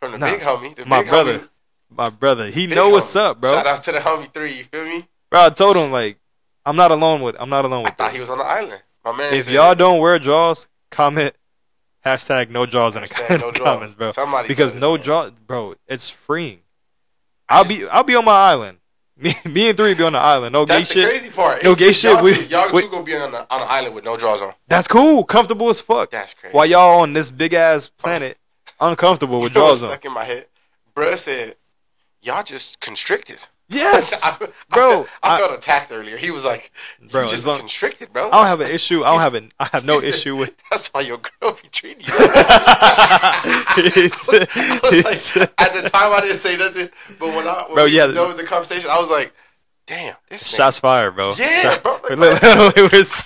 [SPEAKER 3] From the
[SPEAKER 2] Nah,
[SPEAKER 3] big homie, the
[SPEAKER 2] my
[SPEAKER 3] big
[SPEAKER 2] brother.
[SPEAKER 3] homie,
[SPEAKER 2] My brother, he
[SPEAKER 3] big
[SPEAKER 2] know what's
[SPEAKER 3] homie.
[SPEAKER 2] up, bro.
[SPEAKER 3] Shout out to the homie three. You feel me?
[SPEAKER 2] Bro, I told him like, I'm not alone with. I'm not alone
[SPEAKER 3] I
[SPEAKER 2] with
[SPEAKER 3] thought he
[SPEAKER 2] this.
[SPEAKER 3] was on the island. My man.
[SPEAKER 2] If
[SPEAKER 3] said,
[SPEAKER 2] y'all don't wear jaws, comment hashtag no jaws in the
[SPEAKER 3] Hashtag no jaws.
[SPEAKER 2] comments, bro.
[SPEAKER 3] Somebody
[SPEAKER 2] because
[SPEAKER 3] tell this
[SPEAKER 2] no jaw,
[SPEAKER 3] man.
[SPEAKER 2] bro, it's freeing.
[SPEAKER 3] I
[SPEAKER 2] I'll
[SPEAKER 3] just-
[SPEAKER 2] be I'll be on my island. Me, me and three be on the island. No
[SPEAKER 3] that's
[SPEAKER 2] gay
[SPEAKER 3] the
[SPEAKER 2] shit.
[SPEAKER 3] crazy part.
[SPEAKER 2] No
[SPEAKER 3] It's
[SPEAKER 2] gay
[SPEAKER 3] that
[SPEAKER 2] shit,
[SPEAKER 3] Y'all,
[SPEAKER 2] we-
[SPEAKER 3] two, y'all
[SPEAKER 2] we-
[SPEAKER 3] two gonna be on the, on the island with no draws on.
[SPEAKER 2] That's cool. Comfortable as fuck.
[SPEAKER 3] That's crazy.
[SPEAKER 2] While y'all on this big ass planet, uncomfortable with
[SPEAKER 3] You know what's
[SPEAKER 2] jaws on.
[SPEAKER 3] stuck in my head? Bruh said, "Y'all just constricted."
[SPEAKER 2] Yes,
[SPEAKER 3] I, I
[SPEAKER 2] Bro,
[SPEAKER 3] felt- I,
[SPEAKER 2] I-
[SPEAKER 3] felt attacked earlier. He was like, "You
[SPEAKER 2] Bro,
[SPEAKER 3] just
[SPEAKER 2] as long-
[SPEAKER 3] constricted, bro."
[SPEAKER 2] I don't have an issue. I don't have an. I have no
[SPEAKER 3] He said,
[SPEAKER 2] issue with.
[SPEAKER 3] That's why your girl be treating you. I was like, at the time, I didn't say nothing, but when I when
[SPEAKER 2] Bro,
[SPEAKER 3] we
[SPEAKER 2] yeah.
[SPEAKER 3] was done with the conversation, I was like, "Damn, this nigga."
[SPEAKER 2] Shots fired, bro.
[SPEAKER 3] Yeah,
[SPEAKER 2] Shot-
[SPEAKER 3] bro, like,
[SPEAKER 2] Look, look, look, it's-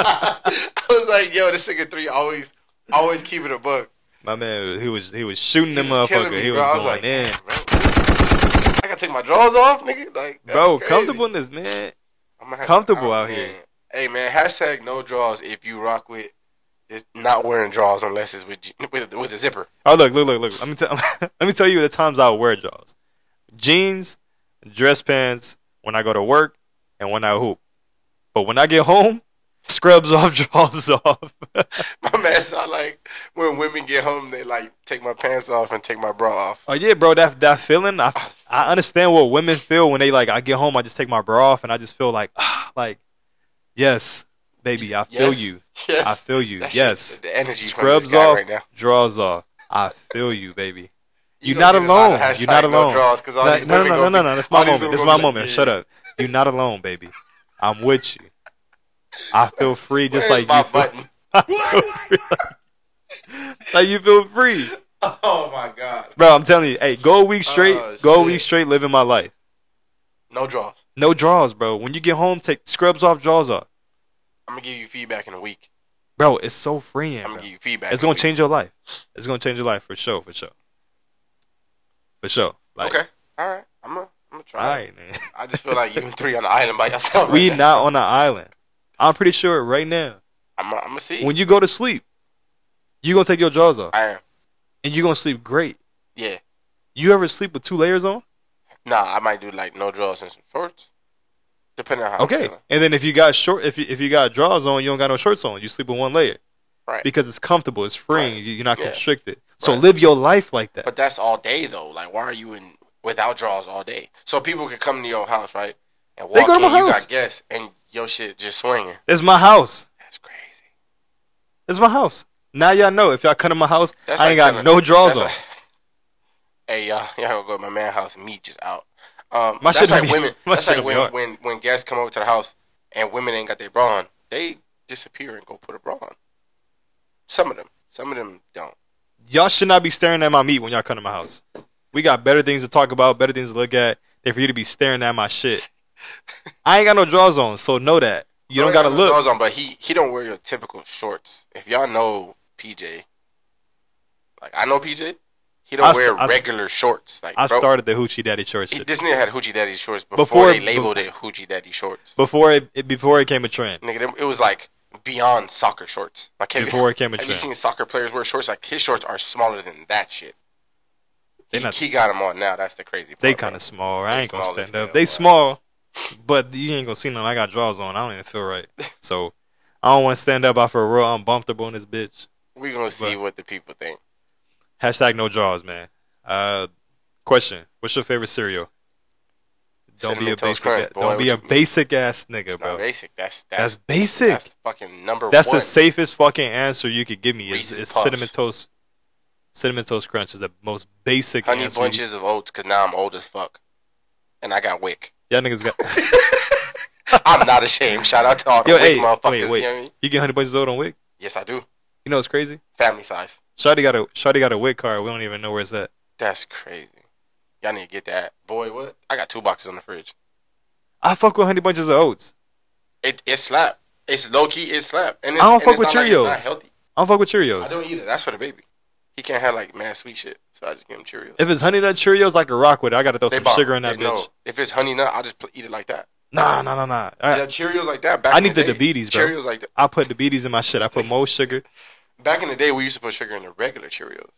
[SPEAKER 3] I was like, "Yo, this nigga three always always keep it a buck."
[SPEAKER 2] My man, he was he was shooting
[SPEAKER 3] He
[SPEAKER 2] them
[SPEAKER 3] was killing
[SPEAKER 2] motherfucker.
[SPEAKER 3] me,
[SPEAKER 2] he
[SPEAKER 3] bro.
[SPEAKER 2] was
[SPEAKER 3] I
[SPEAKER 2] going
[SPEAKER 3] was like,
[SPEAKER 2] in,
[SPEAKER 3] "Damn, bro, I gotta take my drawers off, nigga. Like, that's
[SPEAKER 2] bro.
[SPEAKER 3] crazy.
[SPEAKER 2] Comfortableness, man.
[SPEAKER 3] I'm gonna have
[SPEAKER 2] comfortable
[SPEAKER 3] oh,
[SPEAKER 2] out
[SPEAKER 3] man.
[SPEAKER 2] here.
[SPEAKER 3] Hey man, hashtag no draws if you rock with it's not wearing draws unless it's with with, with a zipper.
[SPEAKER 2] Oh look, look, look, look. Let me tell let me tell you the times I wear jaws, jeans, dress pants when I go to work and when I hoop. But when I get home, scrubs off, jaws off.
[SPEAKER 3] My man sound like when women get home, they like take my pants off and take my bra off.
[SPEAKER 2] oh yeah, bro. That that feeling, I I understand what women feel when they like. I get home, I just take my bra off, and I just feel like, ah, like, yes, baby, I feel
[SPEAKER 3] Yes.
[SPEAKER 2] you.
[SPEAKER 3] Yes,
[SPEAKER 2] I feel you.
[SPEAKER 3] That shit-
[SPEAKER 2] yes.
[SPEAKER 3] the energy from this
[SPEAKER 2] Scrubs
[SPEAKER 3] guy
[SPEAKER 2] off,
[SPEAKER 3] right now.
[SPEAKER 2] draws off. I feel you, baby. You're
[SPEAKER 3] gonna
[SPEAKER 2] not
[SPEAKER 3] get a lot
[SPEAKER 2] alone.
[SPEAKER 3] of hashtag
[SPEAKER 2] You're not
[SPEAKER 3] no
[SPEAKER 2] alone.
[SPEAKER 3] draws 'cause all
[SPEAKER 2] No,
[SPEAKER 3] these
[SPEAKER 2] no, no,
[SPEAKER 3] women
[SPEAKER 2] no,
[SPEAKER 3] gonna
[SPEAKER 2] no,
[SPEAKER 3] be-
[SPEAKER 2] no. That's
[SPEAKER 3] all
[SPEAKER 2] my
[SPEAKER 3] these
[SPEAKER 2] moment.
[SPEAKER 3] women
[SPEAKER 2] This is
[SPEAKER 3] gonna
[SPEAKER 2] my
[SPEAKER 3] be
[SPEAKER 2] moment.
[SPEAKER 3] like,
[SPEAKER 2] Shut up. You're not alone, baby. I'm with you. I feel free just
[SPEAKER 3] Where's
[SPEAKER 2] like
[SPEAKER 3] my
[SPEAKER 2] you feel.
[SPEAKER 3] button?
[SPEAKER 2] Like you feel free,
[SPEAKER 3] Oh my god,
[SPEAKER 2] bro. I'm telling you. Hey, go a week straight.
[SPEAKER 3] Oh,
[SPEAKER 2] go a
[SPEAKER 3] shit.
[SPEAKER 2] week straight. Living my life.
[SPEAKER 3] no draws.
[SPEAKER 2] No draws, bro. When you get home, take scrubs off, jaws off,
[SPEAKER 3] I'm gonna give you feedback in a week.
[SPEAKER 2] bro. It's so freeing.
[SPEAKER 3] I'm
[SPEAKER 2] Bro.
[SPEAKER 3] gonna give you feedback.
[SPEAKER 2] It's
[SPEAKER 3] in a
[SPEAKER 2] gonna
[SPEAKER 3] week.
[SPEAKER 2] change your life. It's gonna change your life for sure, for sure, for sure. Like,
[SPEAKER 3] Okay, all right. I'm gonna I'm gonna try.
[SPEAKER 2] all
[SPEAKER 3] it.
[SPEAKER 2] right, man.
[SPEAKER 3] I just feel like you and three on the island by yourself.
[SPEAKER 2] we
[SPEAKER 3] right now.
[SPEAKER 2] not on an island. I'm pretty sure right now.
[SPEAKER 3] I'm, I'm gonna see.
[SPEAKER 2] When you go to sleep, you gonna take your jaws off,
[SPEAKER 3] I am.
[SPEAKER 2] and you gonna sleep great.
[SPEAKER 3] Yeah.
[SPEAKER 2] You ever sleep with two layers on?
[SPEAKER 3] Nah, I might do like no drawers and some shorts, depending on how. I'm
[SPEAKER 2] Okay,
[SPEAKER 3] feeling.
[SPEAKER 2] and then if you got short, if you, if you got draws on, you don't got no shorts on. You sleep with one layer,
[SPEAKER 3] Right.
[SPEAKER 2] Because it's comfortable, it's freeing.
[SPEAKER 3] Right.
[SPEAKER 2] you- You're not
[SPEAKER 3] Yeah.
[SPEAKER 2] constricted. So
[SPEAKER 3] Right.
[SPEAKER 2] live your life like that.
[SPEAKER 3] But that's all day though. Like, why are you in without drawers all day? So people can come to your house, right? And walk
[SPEAKER 2] They go to
[SPEAKER 3] in,
[SPEAKER 2] my
[SPEAKER 3] you
[SPEAKER 2] house.
[SPEAKER 3] got guests, and your shit just swinging.
[SPEAKER 2] it's my house.
[SPEAKER 3] That's crazy.
[SPEAKER 2] It's my house. Now y'all know if y'all come to my house,
[SPEAKER 3] That's
[SPEAKER 2] I ain't
[SPEAKER 3] like
[SPEAKER 2] got
[SPEAKER 3] telling-
[SPEAKER 2] no draws on.
[SPEAKER 3] that's like- hey y'all, y'all gonna go to my man house and meat just out. Um,
[SPEAKER 2] My
[SPEAKER 3] that's
[SPEAKER 2] shit
[SPEAKER 3] like
[SPEAKER 2] don't be-
[SPEAKER 3] women.
[SPEAKER 2] my
[SPEAKER 3] that's
[SPEAKER 2] shit
[SPEAKER 3] like
[SPEAKER 2] don't be
[SPEAKER 3] when,
[SPEAKER 2] hard.
[SPEAKER 3] when when guests come over to the house and women ain't got their bra on, they disappear and go put a bra on. Some of them, some of them don't.
[SPEAKER 2] y'all should not be staring at my meat when y'all come to my house. We got better things to talk about, better things to look at than for you to be staring at my shit. I ain't got no drawers on, so know that. You don't
[SPEAKER 3] Well,
[SPEAKER 2] gotta
[SPEAKER 3] he has
[SPEAKER 2] look.
[SPEAKER 3] Drawers on, but he he don't wear your typical shorts. If y'all know PJ, like I know PJ, he don't
[SPEAKER 2] I st-
[SPEAKER 3] wear
[SPEAKER 2] I st-
[SPEAKER 3] regular shorts. Like
[SPEAKER 2] I
[SPEAKER 3] bro,
[SPEAKER 2] started the hoochie daddy short
[SPEAKER 3] he-
[SPEAKER 2] shit
[SPEAKER 3] this nigga had hoochie daddy shorts before,
[SPEAKER 2] Before-
[SPEAKER 3] they labeled it hoochie daddy shorts.
[SPEAKER 2] before it, it before it came a trend.
[SPEAKER 3] Nigga, them- it was like beyond soccer shorts. Like have
[SPEAKER 2] Before
[SPEAKER 3] you,
[SPEAKER 2] it came a
[SPEAKER 3] have you
[SPEAKER 2] trend.
[SPEAKER 3] seen soccer players wear shorts? Like his shorts are smaller than that shit.
[SPEAKER 2] They
[SPEAKER 3] He,
[SPEAKER 2] not-
[SPEAKER 3] he got them on now. That's the crazy. Part,
[SPEAKER 2] They
[SPEAKER 3] bro.
[SPEAKER 2] kind of small. I
[SPEAKER 3] They
[SPEAKER 2] ain't gonna
[SPEAKER 3] small as
[SPEAKER 2] stand up.
[SPEAKER 3] hell,
[SPEAKER 2] They
[SPEAKER 3] bro.
[SPEAKER 2] small, but you ain't gonna see none. I got drawers on. I don't even feel right, so I don't want to stand up. I feel real uncomfortable in this bitch.
[SPEAKER 3] We gonna see
[SPEAKER 2] but-
[SPEAKER 3] what the people think.
[SPEAKER 2] Hashtag no draws, man. Uh, question: What's your favorite cereal? Don't
[SPEAKER 3] Cinnamon
[SPEAKER 2] be a
[SPEAKER 3] Toast
[SPEAKER 2] basic.
[SPEAKER 3] Crunch,
[SPEAKER 2] a-
[SPEAKER 3] boy,
[SPEAKER 2] don't be
[SPEAKER 3] what
[SPEAKER 2] a
[SPEAKER 3] you mean?
[SPEAKER 2] basic ass nigga,
[SPEAKER 3] It's
[SPEAKER 2] bro.
[SPEAKER 3] not basic. That's
[SPEAKER 2] That's
[SPEAKER 3] that's
[SPEAKER 2] basic.
[SPEAKER 3] that's,
[SPEAKER 2] That's,
[SPEAKER 3] fucking number one.
[SPEAKER 2] the safest fucking answer you could give me. Is,
[SPEAKER 3] Reese's
[SPEAKER 2] is
[SPEAKER 3] Puffs.
[SPEAKER 2] cinnamon toast? Cinnamon toast crunch is the most basic
[SPEAKER 3] honey
[SPEAKER 2] answer. you-
[SPEAKER 3] bunches of oats because now I'm old as fuck, and I got wick.
[SPEAKER 2] Y'all niggas got.
[SPEAKER 3] I'm not ashamed. Shout out to all the
[SPEAKER 2] Yo,
[SPEAKER 3] wick
[SPEAKER 2] hey,
[SPEAKER 3] motherfuckers.
[SPEAKER 2] wait,
[SPEAKER 3] You know what I mean?
[SPEAKER 2] wait. You get honey bunches of oat on wick?
[SPEAKER 3] Yes, I do.
[SPEAKER 2] You know what's crazy?
[SPEAKER 3] Family size.
[SPEAKER 2] Shotty got a Shotty got a wick card. We don't even know where it's at.
[SPEAKER 3] That's crazy. Y'all need to get that. Boy, what? I got two boxes on the fridge.
[SPEAKER 2] I fuck with honey bunches of oats.
[SPEAKER 3] It it slap. It's low key. It slap. And it's,
[SPEAKER 2] I don't
[SPEAKER 3] and
[SPEAKER 2] fuck
[SPEAKER 3] it's
[SPEAKER 2] with
[SPEAKER 3] not like it's
[SPEAKER 2] Cheerios.
[SPEAKER 3] not healthy.
[SPEAKER 2] I don't fuck with
[SPEAKER 3] I
[SPEAKER 2] Cheerios.
[SPEAKER 3] don't either. That's for the baby. He can't have like mad sweet shit, so I just give him Cheerios.
[SPEAKER 2] If it's honey nut Cheerios, I can rock with it. I gotta throw
[SPEAKER 3] They
[SPEAKER 2] some
[SPEAKER 3] bomb.
[SPEAKER 2] sugar in that
[SPEAKER 3] They-
[SPEAKER 2] bitch.
[SPEAKER 3] No. If it's honey nut, I just pl- eat it like that.
[SPEAKER 2] Nah, nah, nah, nah. I,
[SPEAKER 3] yeah, Cheerios like that. Back
[SPEAKER 2] I
[SPEAKER 3] in
[SPEAKER 2] need the
[SPEAKER 3] day,
[SPEAKER 2] diabetes, bro.
[SPEAKER 3] Cheerios like that.
[SPEAKER 2] I put the beaties in my shit. I put more sugar.
[SPEAKER 3] Back in the day, we used to put sugar in the regular Cheerios.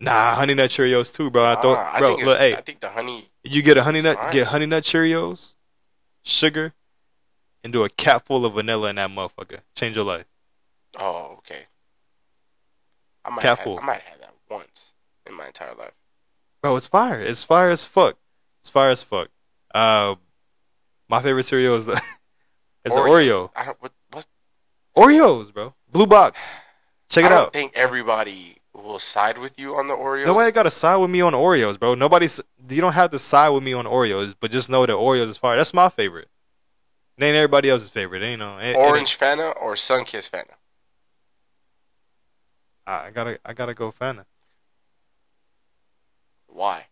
[SPEAKER 2] Nah, honey nut Cheerios too, bro. I throw,
[SPEAKER 3] Ah,
[SPEAKER 2] bro.
[SPEAKER 3] think it's-
[SPEAKER 2] Look, hey,
[SPEAKER 3] I think the honey.
[SPEAKER 2] you get a honey
[SPEAKER 3] it's
[SPEAKER 2] nut,
[SPEAKER 3] fine.
[SPEAKER 2] get honey nut Cheerios, sugar, and do a cap full of vanilla in that motherfucker. Change your life.
[SPEAKER 3] Oh, okay. I might have,
[SPEAKER 2] Careful.
[SPEAKER 3] I might have that once in my entire life.
[SPEAKER 2] Bro, it's fire. It's fire as fuck. It's fire as fuck. Uh, my favorite cereal is the, is Oreo.
[SPEAKER 3] Oreos. I don't. What? what
[SPEAKER 2] Oreos, bro. Blue box. Check
[SPEAKER 3] I
[SPEAKER 2] it
[SPEAKER 3] don't
[SPEAKER 2] out.
[SPEAKER 3] think everybody will side with you on the Oreo.
[SPEAKER 2] Nobody got to side with me on Oreos, bro. Nobody's. You don't have to side with me on Oreos, but just know that Oreos is fire. That's my favorite. It ain't everybody else's favorite. It ain't no it- it ain't-
[SPEAKER 3] Orange Fanta or Sunkiss Fanta.
[SPEAKER 2] I I gotta. I gotta go Fanta.
[SPEAKER 3] Why?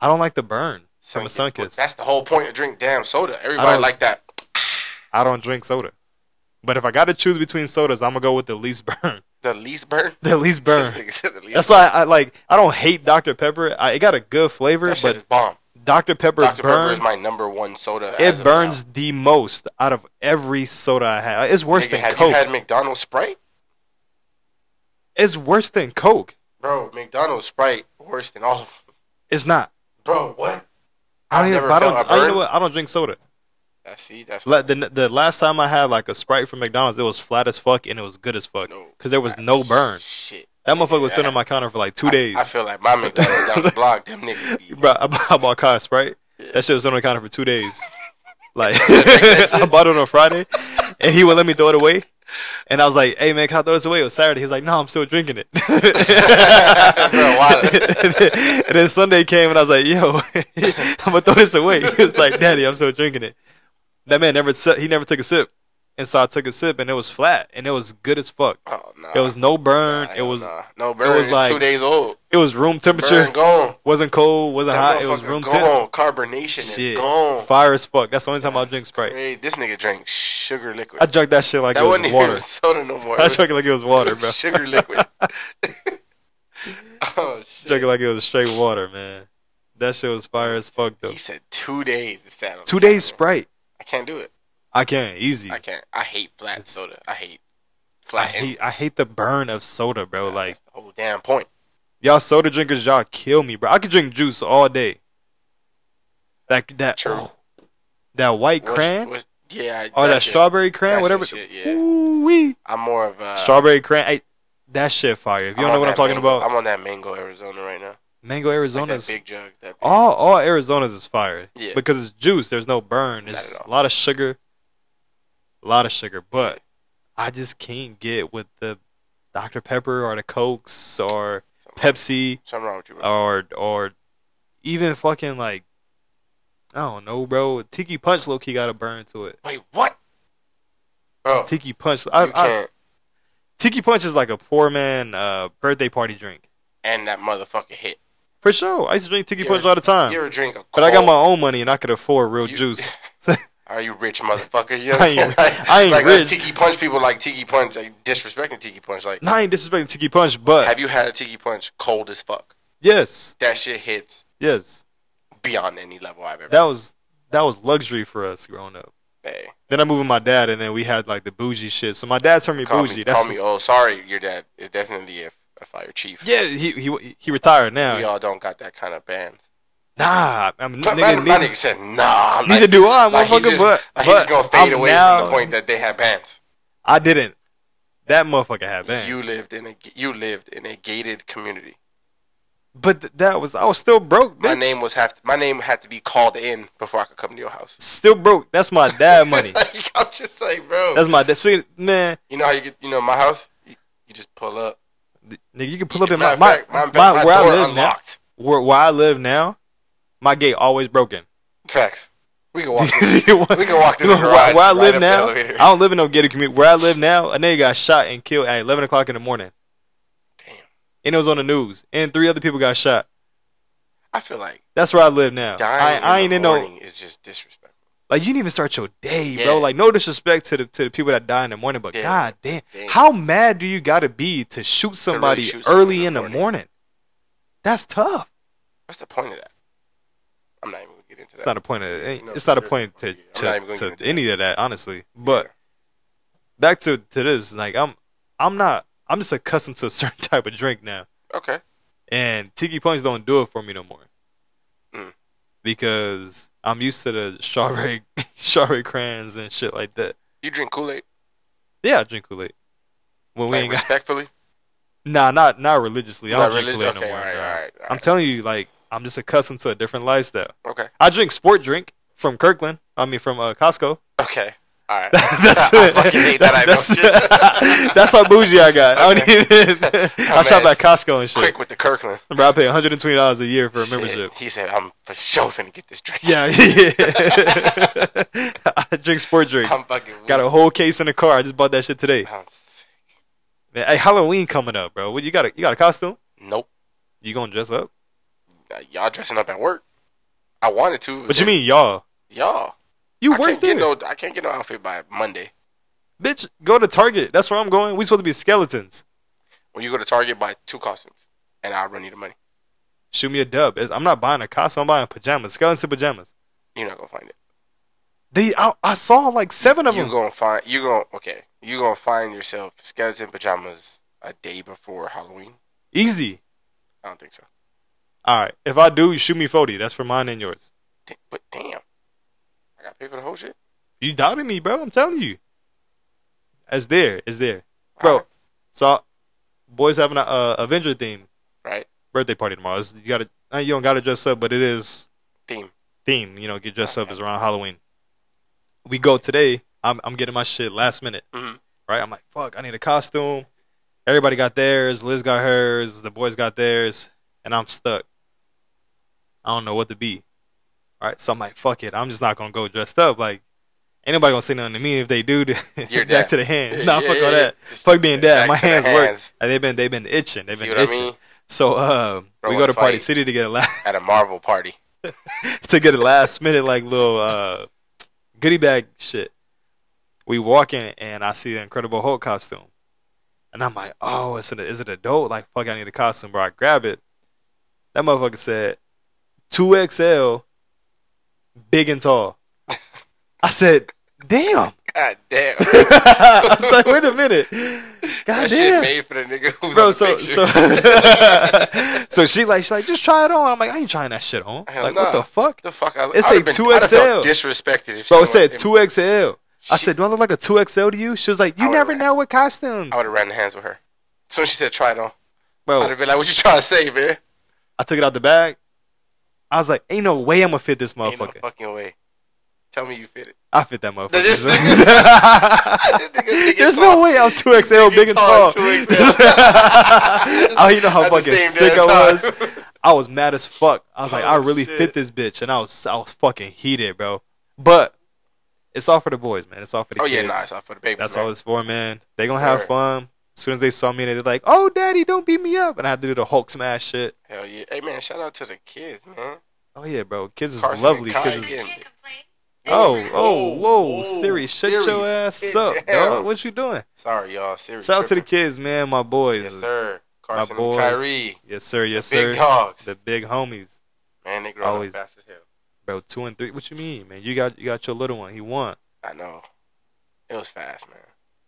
[SPEAKER 2] I don't like the burn from a
[SPEAKER 3] Well,
[SPEAKER 2] Sunkiss.
[SPEAKER 3] That's the whole point of drink damn soda. Everybody
[SPEAKER 2] don't-
[SPEAKER 3] like that.
[SPEAKER 2] I don't drink soda. But if I got to choose between sodas, I'm gonna go with the least burn.
[SPEAKER 3] The least burn.
[SPEAKER 2] the least
[SPEAKER 3] This
[SPEAKER 2] burn.
[SPEAKER 3] nigga said the least
[SPEAKER 2] That's why I, like. I don't hate Dr Pepper. I, it got a good flavor,
[SPEAKER 3] That shit
[SPEAKER 2] but
[SPEAKER 3] is bomb.
[SPEAKER 2] Dr Pepper
[SPEAKER 3] Dr Pepper
[SPEAKER 2] burn.
[SPEAKER 3] is my number one soda. as
[SPEAKER 2] it
[SPEAKER 3] of now.
[SPEAKER 2] burns the most out of every soda I have. It's worse
[SPEAKER 3] Nigga,
[SPEAKER 2] than
[SPEAKER 3] have
[SPEAKER 2] Coke.
[SPEAKER 3] you had McDonald's Sprite?
[SPEAKER 2] it's worse than Coke.
[SPEAKER 3] Bro, McDonald's Sprite worse than all of them.
[SPEAKER 2] It's not.
[SPEAKER 3] Bro, what?
[SPEAKER 2] I don't
[SPEAKER 3] I've
[SPEAKER 2] even.
[SPEAKER 3] never
[SPEAKER 2] I don't.
[SPEAKER 3] felt a
[SPEAKER 2] I, you know
[SPEAKER 3] burn.
[SPEAKER 2] what? I don't drink soda.
[SPEAKER 3] I see. That's
[SPEAKER 2] Like the the last time I had like a Sprite from McDonald's, it was flat as fuck and it was good as fuck
[SPEAKER 3] No.
[SPEAKER 2] because there was no burn.
[SPEAKER 3] Shit.
[SPEAKER 2] That motherfucker was
[SPEAKER 3] Yeah.
[SPEAKER 2] sitting on my counter for like two days.
[SPEAKER 3] I feel like my McDonald's down the block, them niggas be
[SPEAKER 2] Bro, I bought, I bought Kai Sprite. That shit was on the counter for two days. Like I bought it on a Friday, and he would let me throw it away. And I was like, "Hey man, can I throw this away?" It was Saturday. He's like, "No, I'm still drinking it."
[SPEAKER 3] Bro, why-
[SPEAKER 2] and, then, and then Sunday came, and I was like, "Yo, I'm gonna throw this away." He was like, "Daddy, I'm still drinking it." That man never si- he never took a sip, and so I took a sip, and it was flat, and it was good as fuck.
[SPEAKER 3] Oh, no.
[SPEAKER 2] It was no burn.
[SPEAKER 3] Nah,
[SPEAKER 2] it was
[SPEAKER 3] nah. no burn.
[SPEAKER 2] was
[SPEAKER 3] is
[SPEAKER 2] like-
[SPEAKER 3] two days old.
[SPEAKER 2] it was room
[SPEAKER 3] Burn
[SPEAKER 2] temperature.
[SPEAKER 3] gone.
[SPEAKER 2] Wasn't cold. Wasn't
[SPEAKER 3] That
[SPEAKER 2] hot. It was
[SPEAKER 3] motherfucker
[SPEAKER 2] room temp.
[SPEAKER 3] gone. Carbonation is
[SPEAKER 2] Shit,
[SPEAKER 3] gone.
[SPEAKER 2] fire as fuck. That's the only time I drink Sprite.
[SPEAKER 3] Hey, this nigga drank sugar liquid.
[SPEAKER 2] I drank that shit like
[SPEAKER 3] that
[SPEAKER 2] it was
[SPEAKER 3] wasn't
[SPEAKER 2] water.
[SPEAKER 3] even soda no more. It
[SPEAKER 2] I
[SPEAKER 3] was-
[SPEAKER 2] drank it like it was water,
[SPEAKER 3] it was
[SPEAKER 2] bro. I
[SPEAKER 3] Sugar liquid. oh shit!
[SPEAKER 2] drank it like it was straight water, man. That shit was fire as fuck though.
[SPEAKER 3] He said two days. It sat on
[SPEAKER 2] Two
[SPEAKER 3] the
[SPEAKER 2] days
[SPEAKER 3] counter.
[SPEAKER 2] Sprite.
[SPEAKER 3] I can't do it.
[SPEAKER 2] I can't easy.
[SPEAKER 3] I can't. I hate flat soda. I hate
[SPEAKER 2] I
[SPEAKER 3] flat.
[SPEAKER 2] hate I hate the burn of soda, bro. Like
[SPEAKER 3] that's the whole damn point.
[SPEAKER 2] y'all soda drinkers, y'all kill me, bro. I could drink juice all day. Like that oh,
[SPEAKER 3] True.
[SPEAKER 2] that white
[SPEAKER 3] What's-
[SPEAKER 2] cran
[SPEAKER 3] what's- yeah.
[SPEAKER 2] or Oh, that
[SPEAKER 3] that's it.
[SPEAKER 2] strawberry cran,
[SPEAKER 3] That's
[SPEAKER 2] whatever.
[SPEAKER 3] your shit, yeah.
[SPEAKER 2] Ooh wee.
[SPEAKER 3] I'm more of a.
[SPEAKER 2] strawberry cran. Hey, that shit fire. If you
[SPEAKER 3] I'm
[SPEAKER 2] don't know
[SPEAKER 3] on
[SPEAKER 2] what I'm
[SPEAKER 3] that
[SPEAKER 2] talking
[SPEAKER 3] mango-
[SPEAKER 2] about,
[SPEAKER 3] I'm on that mango Arizona right now.
[SPEAKER 2] mango
[SPEAKER 3] Like that
[SPEAKER 2] Arizona's
[SPEAKER 3] big jug. That big,
[SPEAKER 2] All all Arizona's is fire.
[SPEAKER 3] Yeah.
[SPEAKER 2] Because it's juice. There's no burn.
[SPEAKER 3] Not
[SPEAKER 2] It's
[SPEAKER 3] at
[SPEAKER 2] a
[SPEAKER 3] all.
[SPEAKER 2] lot of sugar. A lot of sugar. But I just can't get with the Dr. Pepper or the Cokes or Pepsi
[SPEAKER 3] something wrong with you, bro.
[SPEAKER 2] or or even fucking like I don't know, bro. Tiki Punch low key got a burn to it.
[SPEAKER 3] Wait, what? Bro,
[SPEAKER 2] Tiki Punch I,
[SPEAKER 3] you
[SPEAKER 2] I,
[SPEAKER 3] can't.
[SPEAKER 2] Tiki Punch is like a poor man uh, birthday party drink.
[SPEAKER 3] And that motherfucker hit.
[SPEAKER 2] For sure. I used to drink Tiki
[SPEAKER 3] Yeah.
[SPEAKER 2] Punch all the time.
[SPEAKER 3] You ever drink a cold,
[SPEAKER 2] but I got my own money and I could afford real
[SPEAKER 3] You-
[SPEAKER 2] juice.
[SPEAKER 3] Are you rich, motherfucker? You
[SPEAKER 2] I ain't-
[SPEAKER 3] like,
[SPEAKER 2] I ain't
[SPEAKER 3] like us
[SPEAKER 2] rich.
[SPEAKER 3] Tiki Punch people like Tiki Punch, like disrespecting Tiki Punch. Like,
[SPEAKER 2] No, I ain't disrespecting Tiki Punch, but
[SPEAKER 3] have you had a Tiki Punch cold as fuck?
[SPEAKER 2] yes,
[SPEAKER 3] That shit hits
[SPEAKER 2] yes,
[SPEAKER 3] beyond any level I've ever.
[SPEAKER 2] that was that was luxury for us growing up.
[SPEAKER 3] hey,
[SPEAKER 2] Then I moved with my dad, and then we had like the bougie shit. So my dad turned me
[SPEAKER 3] call
[SPEAKER 2] bougie.
[SPEAKER 3] me,
[SPEAKER 2] That's
[SPEAKER 3] call me. Oh, sorry, your dad is definitely a, a fire chief.
[SPEAKER 2] yeah. He he he retired now.
[SPEAKER 3] we all don't got that kind of band.
[SPEAKER 2] Nah, I mean,
[SPEAKER 3] But
[SPEAKER 2] nigga,
[SPEAKER 3] my,
[SPEAKER 2] neither,
[SPEAKER 3] my nigga said, nah. like-
[SPEAKER 2] neither do I,
[SPEAKER 3] like, he
[SPEAKER 2] motherfucker.
[SPEAKER 3] just-
[SPEAKER 2] but
[SPEAKER 3] like,
[SPEAKER 2] but
[SPEAKER 3] he just gonna fade
[SPEAKER 2] I'm
[SPEAKER 3] away
[SPEAKER 2] now,
[SPEAKER 3] from the point that they had bands.
[SPEAKER 2] I didn't. That motherfucker had bangs.
[SPEAKER 3] You lived in a you lived in a gated community.
[SPEAKER 2] but th- that was I was still broke. Bitch.
[SPEAKER 3] My name was have to, my name had to be called in before I could come to your house.
[SPEAKER 2] still broke. That's my dad money.
[SPEAKER 3] Like, I'm just like, bro.
[SPEAKER 2] That's my dad. Speaking man,
[SPEAKER 3] you know how you get you know my house? You, you just pull up.
[SPEAKER 2] th- nigga, you can pull up in my
[SPEAKER 3] Matter
[SPEAKER 2] my,
[SPEAKER 3] of fact, my,
[SPEAKER 2] my-
[SPEAKER 3] my
[SPEAKER 2] where I
[SPEAKER 3] door
[SPEAKER 2] live now.
[SPEAKER 3] unlocked.
[SPEAKER 2] where, where I live now, my gate always broken.
[SPEAKER 3] Facts. We can walk. in.
[SPEAKER 2] we
[SPEAKER 3] can walk to the garage,
[SPEAKER 2] Where I
[SPEAKER 3] right
[SPEAKER 2] live
[SPEAKER 3] up the
[SPEAKER 2] now,
[SPEAKER 3] elevator.
[SPEAKER 2] I don't live in no gated community. Where I live now, a nigga got shot and killed at 11 o'clock in the morning.
[SPEAKER 3] Damn.
[SPEAKER 2] And it was on the news. And three other people got shot.
[SPEAKER 3] I feel like
[SPEAKER 2] That's where I live now.
[SPEAKER 3] dying
[SPEAKER 2] I, I ain't
[SPEAKER 3] in
[SPEAKER 2] in
[SPEAKER 3] the
[SPEAKER 2] no
[SPEAKER 3] morning is just disrespectful.
[SPEAKER 2] Like you didn't even start your day,
[SPEAKER 3] Yeah.
[SPEAKER 2] bro. Like no disrespect to the to the people that die in the morning, but
[SPEAKER 3] Yeah.
[SPEAKER 2] god damn,
[SPEAKER 3] Damn.
[SPEAKER 2] how mad do you got to be to shoot somebody
[SPEAKER 3] shoot someone
[SPEAKER 2] early in the morning? That's tough.
[SPEAKER 3] What's the point of that? I'm not even gonna get into
[SPEAKER 2] It's
[SPEAKER 3] that.
[SPEAKER 2] not a point of it-
[SPEAKER 3] No,
[SPEAKER 2] it's not a
[SPEAKER 3] sure.
[SPEAKER 2] point to
[SPEAKER 3] I'm not even
[SPEAKER 2] to,
[SPEAKER 3] gonna
[SPEAKER 2] to
[SPEAKER 3] get into
[SPEAKER 2] any of that, honestly. But back to to this, like I'm I'm not I'm just accustomed to a certain type of drink now.
[SPEAKER 3] okay.
[SPEAKER 2] And tiki punch don't do it for me no more.
[SPEAKER 3] Mm.
[SPEAKER 2] Because I'm used to the strawberry strawberry crayons and shit like that.
[SPEAKER 3] You drink Kool Aid,
[SPEAKER 2] Yeah, I drink Kool Aid. When we
[SPEAKER 3] like
[SPEAKER 2] ain't got
[SPEAKER 3] respectfully.
[SPEAKER 2] nah, not not religiously. I
[SPEAKER 3] Not
[SPEAKER 2] don't drink Kool
[SPEAKER 3] religi-
[SPEAKER 2] Aid no
[SPEAKER 3] okay,
[SPEAKER 2] more.
[SPEAKER 3] alright,
[SPEAKER 2] nah.
[SPEAKER 3] alright, alright.
[SPEAKER 2] I'm telling you, like I'm just accustomed to a different lifestyle.
[SPEAKER 3] Okay.
[SPEAKER 2] I drink sport drink from Kirkland. I mean from uh, Costco.
[SPEAKER 3] Okay. All right.
[SPEAKER 2] that's
[SPEAKER 3] I
[SPEAKER 2] it.
[SPEAKER 3] fucking hate that I
[SPEAKER 2] that's,
[SPEAKER 3] know.
[SPEAKER 2] that's how bougie I got. I don't
[SPEAKER 3] Okay.
[SPEAKER 2] even. I shop
[SPEAKER 3] man,
[SPEAKER 2] at Costco and shit.
[SPEAKER 3] Quick with the Kirkland.
[SPEAKER 2] Bro, I pay 120 dollars a year for a
[SPEAKER 3] Shit.
[SPEAKER 2] membership.
[SPEAKER 3] He said, "I'm for sure finna get this drink."
[SPEAKER 2] Yeah, yeah. I drink sport drink.
[SPEAKER 3] I'm fucking.
[SPEAKER 2] Got a whole case in the car. I just bought that shit today.
[SPEAKER 3] I'm-
[SPEAKER 2] Man, hey, Halloween coming up, bro. What you got? A, you got a costume?
[SPEAKER 3] Nope.
[SPEAKER 2] You gonna dress up?
[SPEAKER 3] Uh, Y'all dressing up at work. I wanted to.
[SPEAKER 2] What you mean, y'all?
[SPEAKER 3] Y'all.
[SPEAKER 2] You
[SPEAKER 3] I
[SPEAKER 2] work
[SPEAKER 3] can't
[SPEAKER 2] there,
[SPEAKER 3] get no. I can't get no outfit by Monday.
[SPEAKER 2] bitch. Go to Target. That's where I'm going. We supposed to be skeletons.
[SPEAKER 3] When you go to Target, buy two costumes, and I'll run you the money.
[SPEAKER 2] Shoot me a dub. It's- I'm not buying a costume. I'm buying pajamas, skeleton pajamas.
[SPEAKER 3] You're not gonna find it.
[SPEAKER 2] They, I, I saw like seven of
[SPEAKER 3] You
[SPEAKER 2] them.
[SPEAKER 3] gonna find. You gonna okay. You gonna find yourself skeleton pajamas a day before Halloween.
[SPEAKER 2] Easy.
[SPEAKER 3] I don't think so.
[SPEAKER 2] All right. If I do, you shoot me 40. That's for mine and yours.
[SPEAKER 3] Da- But damn, I gotta pay for the whole shit.
[SPEAKER 2] You doubted me, bro. I'm telling you. It's there. It's there. Bro,
[SPEAKER 3] Alright,
[SPEAKER 2] So, boys having a uh, Avenger theme
[SPEAKER 3] right?
[SPEAKER 2] birthday party tomorrow. It's- you gotta, uh, you don't gotta dress up, but it is
[SPEAKER 3] Theme.
[SPEAKER 2] theme. You know, get dressed up is around Halloween. We go today. I'm I'm getting my shit last minute,
[SPEAKER 3] Mhm.
[SPEAKER 2] right? I'm like, fuck, I need a costume. Everybody got theirs. Liz got hers. The boys got theirs, and I'm stuck. I don't know what to be. All right, so I'm like, fuck it. I'm just not gonna go dressed up. Like, ain't nobody gonna say nothing to me if they do.
[SPEAKER 3] You're
[SPEAKER 2] back
[SPEAKER 3] dad.
[SPEAKER 2] to the hands. Nah,
[SPEAKER 3] Yeah,
[SPEAKER 2] fuck
[SPEAKER 3] yeah,
[SPEAKER 2] all
[SPEAKER 3] yeah.
[SPEAKER 2] that.
[SPEAKER 3] Just-
[SPEAKER 2] Fuck being dad.
[SPEAKER 3] back
[SPEAKER 2] My
[SPEAKER 3] to the
[SPEAKER 2] hands, work.
[SPEAKER 3] hands.
[SPEAKER 2] And they've been they've been itching. They've
[SPEAKER 3] See
[SPEAKER 2] been
[SPEAKER 3] what I
[SPEAKER 2] itching.
[SPEAKER 3] mean?
[SPEAKER 2] So uh,
[SPEAKER 3] Bro,
[SPEAKER 2] we go
[SPEAKER 3] wanna
[SPEAKER 2] to Party
[SPEAKER 3] fight.
[SPEAKER 2] City to get a la-
[SPEAKER 3] At a Marvel party.
[SPEAKER 2] to get a last minute like little uh, goodie bag shit. We walk in and I see an Incredible Hulk costume, and I'm like, oh, is it a, is it adult? Like fuck, I need a costume, bro. I grab it. That motherfucker said two XL, big and tall. I said, damn.
[SPEAKER 3] God damn.
[SPEAKER 2] I was like, wait a minute. God damn
[SPEAKER 3] that shit made for the nigga who's on
[SPEAKER 2] bro.
[SPEAKER 3] the
[SPEAKER 2] So
[SPEAKER 3] picture.
[SPEAKER 2] so so she like she's like just try it on. I'm like I ain't trying that shit on.
[SPEAKER 3] Hell
[SPEAKER 2] like
[SPEAKER 3] nah.
[SPEAKER 2] what the fuck,
[SPEAKER 3] the fuck. I,
[SPEAKER 2] It say
[SPEAKER 3] I'd have been,
[SPEAKER 2] 2XL.
[SPEAKER 3] I'd have felt disrespected if
[SPEAKER 2] bro? It
[SPEAKER 3] someone-
[SPEAKER 2] said
[SPEAKER 3] if-
[SPEAKER 2] two XL. I
[SPEAKER 3] She-
[SPEAKER 2] said, do I look like a two XL to you? She was like,
[SPEAKER 3] I
[SPEAKER 2] you
[SPEAKER 3] would've
[SPEAKER 2] never
[SPEAKER 3] ran.
[SPEAKER 2] know what costumes,
[SPEAKER 3] I would have ran hands with her. As soon as she said try it on, I'd
[SPEAKER 2] bro.
[SPEAKER 3] have been like, "What you trying to say, man?"
[SPEAKER 2] I took it out the bag. I was like, ain't no way I'm gonna fit this
[SPEAKER 3] Ain't no
[SPEAKER 2] motherfucker.
[SPEAKER 3] fucking way. Tell me you fit it.
[SPEAKER 2] I fit that
[SPEAKER 3] This
[SPEAKER 2] motherfucker.
[SPEAKER 3] This nigga- nigga
[SPEAKER 2] There's
[SPEAKER 3] tall.
[SPEAKER 2] no way I'm two XL, big and
[SPEAKER 3] tall
[SPEAKER 2] tall.
[SPEAKER 3] and 2XL.
[SPEAKER 2] oh, you know how
[SPEAKER 3] At the
[SPEAKER 2] fucking
[SPEAKER 3] same
[SPEAKER 2] sick I
[SPEAKER 3] damn
[SPEAKER 2] was.
[SPEAKER 3] time.
[SPEAKER 2] I was mad as fuck. I was like, I
[SPEAKER 3] Oh,
[SPEAKER 2] really
[SPEAKER 3] shit.
[SPEAKER 2] fit this bitch, and I was I was fucking heated, bro. But it's all for the boys, man. It's all for the
[SPEAKER 3] Oh
[SPEAKER 2] kids.
[SPEAKER 3] yeah, nah, it's all for the baby.
[SPEAKER 2] That's
[SPEAKER 3] man.
[SPEAKER 2] all it's for, man. They gonna have
[SPEAKER 3] Word.
[SPEAKER 2] fun. As soon as they saw me, they're like, "Oh, daddy, don't beat me up," and I had to do the Hulk smash shit.
[SPEAKER 3] Hell yeah. Hey man, shout out to the kids, man.
[SPEAKER 2] Oh yeah, bro. Kids is
[SPEAKER 3] Carson and
[SPEAKER 2] lovely.
[SPEAKER 3] Kai
[SPEAKER 2] Kids is...
[SPEAKER 3] again.
[SPEAKER 2] Oh, oh, whoa,
[SPEAKER 3] Oh,
[SPEAKER 2] Siri, shut your
[SPEAKER 3] Siri,
[SPEAKER 2] ass
[SPEAKER 3] sit
[SPEAKER 2] up,
[SPEAKER 3] down.
[SPEAKER 2] dog. What you doing?
[SPEAKER 3] Sorry, y'all. Serious.
[SPEAKER 2] Shout out to the kids, man. My boys.
[SPEAKER 3] Yes, sir.
[SPEAKER 2] My
[SPEAKER 3] Carson and
[SPEAKER 2] boys.
[SPEAKER 3] Kyrie.
[SPEAKER 2] Yes, sir. Yes,
[SPEAKER 3] Big
[SPEAKER 2] sir.
[SPEAKER 3] dogs.
[SPEAKER 2] The big homies,
[SPEAKER 3] man, they grow up
[SPEAKER 2] always.
[SPEAKER 3] fast as hell.
[SPEAKER 2] bro. Two and three. What you mean, man? You got you got your little one. He won.
[SPEAKER 3] I know. It was fast, man.